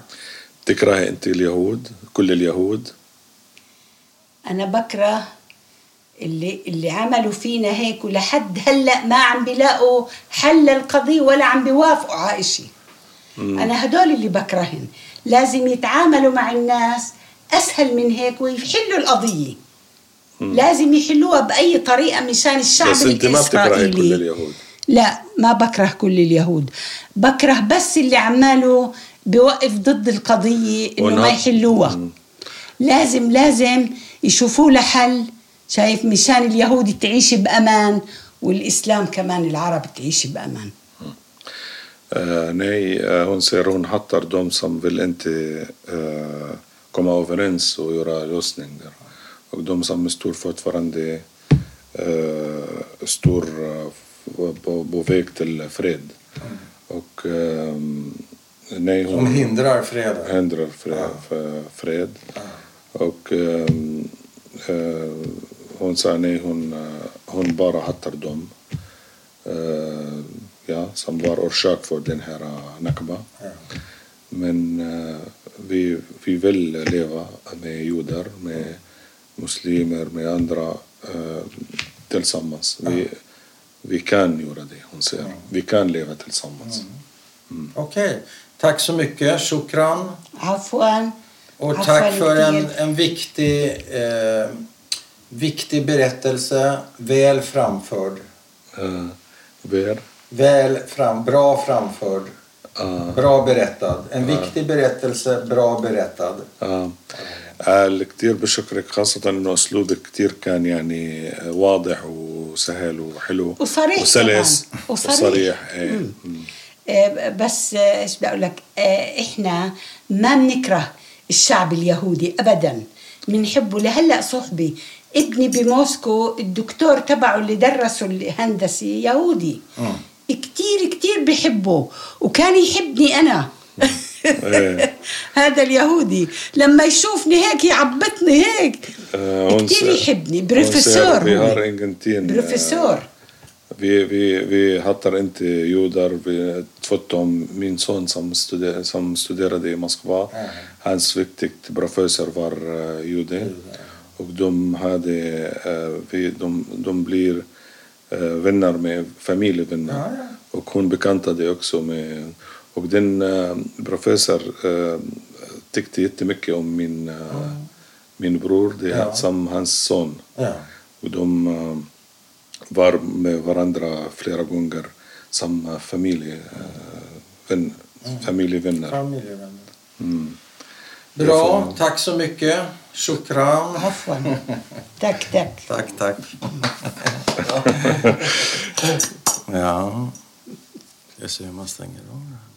Speaker 2: تكره انت اليهود كل اليهود
Speaker 3: أنا بكره اللي اللي عملوا فينا هيك ولحد هلا ما عم بيلاقوا حل القضية ولا عم بيوافقوا على شيء أنا هدول اللي بكرهن لازم يتعاملوا مع الناس أسهل من هيك ويحلوا القضية لازم يحلوها بأي طريقة مشان الشعب
Speaker 2: بس انت ما بتكرهي كل
Speaker 3: الإسرائيلي
Speaker 2: اليهود
Speaker 3: لا ما بكره كل اليهود بكره بس اللي عماله بوقف ضد القضية إنه ما
Speaker 2: ونهض-
Speaker 3: يحلوها
Speaker 2: مم.
Speaker 3: لازم لازم يشوفوا لها حل شايف مشان اليهود تعيش بأمان والإسلام كمان العرب تعيش بأمان
Speaker 2: Eh, nej, eh, hon säger hon hattar de som vill inte eh, komma överens och göra lösningar. Och de som står fortfarande eh, står eh, f- på, på väg till fred. Och ehm, nej,
Speaker 1: De
Speaker 2: hon
Speaker 1: hindrar freden.
Speaker 2: hindrar fred. f- fred. Och ehm, eh, hon sa nej, hon, eh, hon bara hattar dem. Eh, ja, som var orsak för den här eh, nakba. Men eh, vi, vi vill leva med judar, med muslimer, med andra eh, tillsammans. Vi, vi kan göra det, hon säger. Vi kan leva tillsammans.
Speaker 1: Okej. Tack så mycket. Shukran.
Speaker 3: عفوا
Speaker 1: Och
Speaker 3: عفواً
Speaker 1: tack för en,
Speaker 3: كتير.
Speaker 1: en viktig, eh, viktig berättelse. Väl framförd.
Speaker 2: Eh, Ber,
Speaker 1: Väl fram, bra framförd. Bra berättad. En viktig berättelse, bra berättad.
Speaker 2: آه. قال كتير بشكرك خاصة انه اسلوبك كتير كان يعني واضح وسهل وحلو
Speaker 3: وصريح
Speaker 2: وسلس
Speaker 3: كمان. وصريح.
Speaker 2: وصريح, إيه. مم.
Speaker 3: آه، بس آه، ايش بدي اقول لك آه، احنا ما بنكره الشعب اليهودي ابدا بنحبه لهلا صحبي ابني بموسكو الدكتور تبعه اللي درسه الهندسه يهودي كتير كتير بحبه وكان يحبني انا
Speaker 2: إيه.
Speaker 3: هذا اليهودي لما يشوفني هيك يعبطني هيك
Speaker 2: آه، هون
Speaker 3: كتير
Speaker 2: سأ-
Speaker 3: يحبني
Speaker 2: هون
Speaker 3: بروفيسور
Speaker 2: سأر- في
Speaker 3: هو.
Speaker 2: هار إنجنتين، آه،
Speaker 3: بروفيسور
Speaker 2: Vi, vi, vi hattar inte judar. Vi, tvärtom, min son som, studer, som studerade i Moskva,
Speaker 1: Mm.
Speaker 2: hans viktigt professor var uh, jude. Och de, hade, eh, vi, de, de blir eh, vänner med familjevänner.
Speaker 1: Ja, ja.
Speaker 2: Och hon bekantade också med... Och den eh, professor eh, tyckte jättemycket om min, eh, min bror, det är
Speaker 1: Ja.
Speaker 2: som hans son.
Speaker 1: Ja.
Speaker 2: Och de eh, var med varandra flera gånger som familje, eh, vän, familjevänner.
Speaker 1: Familjevänner.
Speaker 2: Det
Speaker 1: Bra. Tack Mm. så mycket. Shukran.
Speaker 3: عفوا تك تك
Speaker 1: Tack, tack. ja. Jag ser hur man stänger av det här.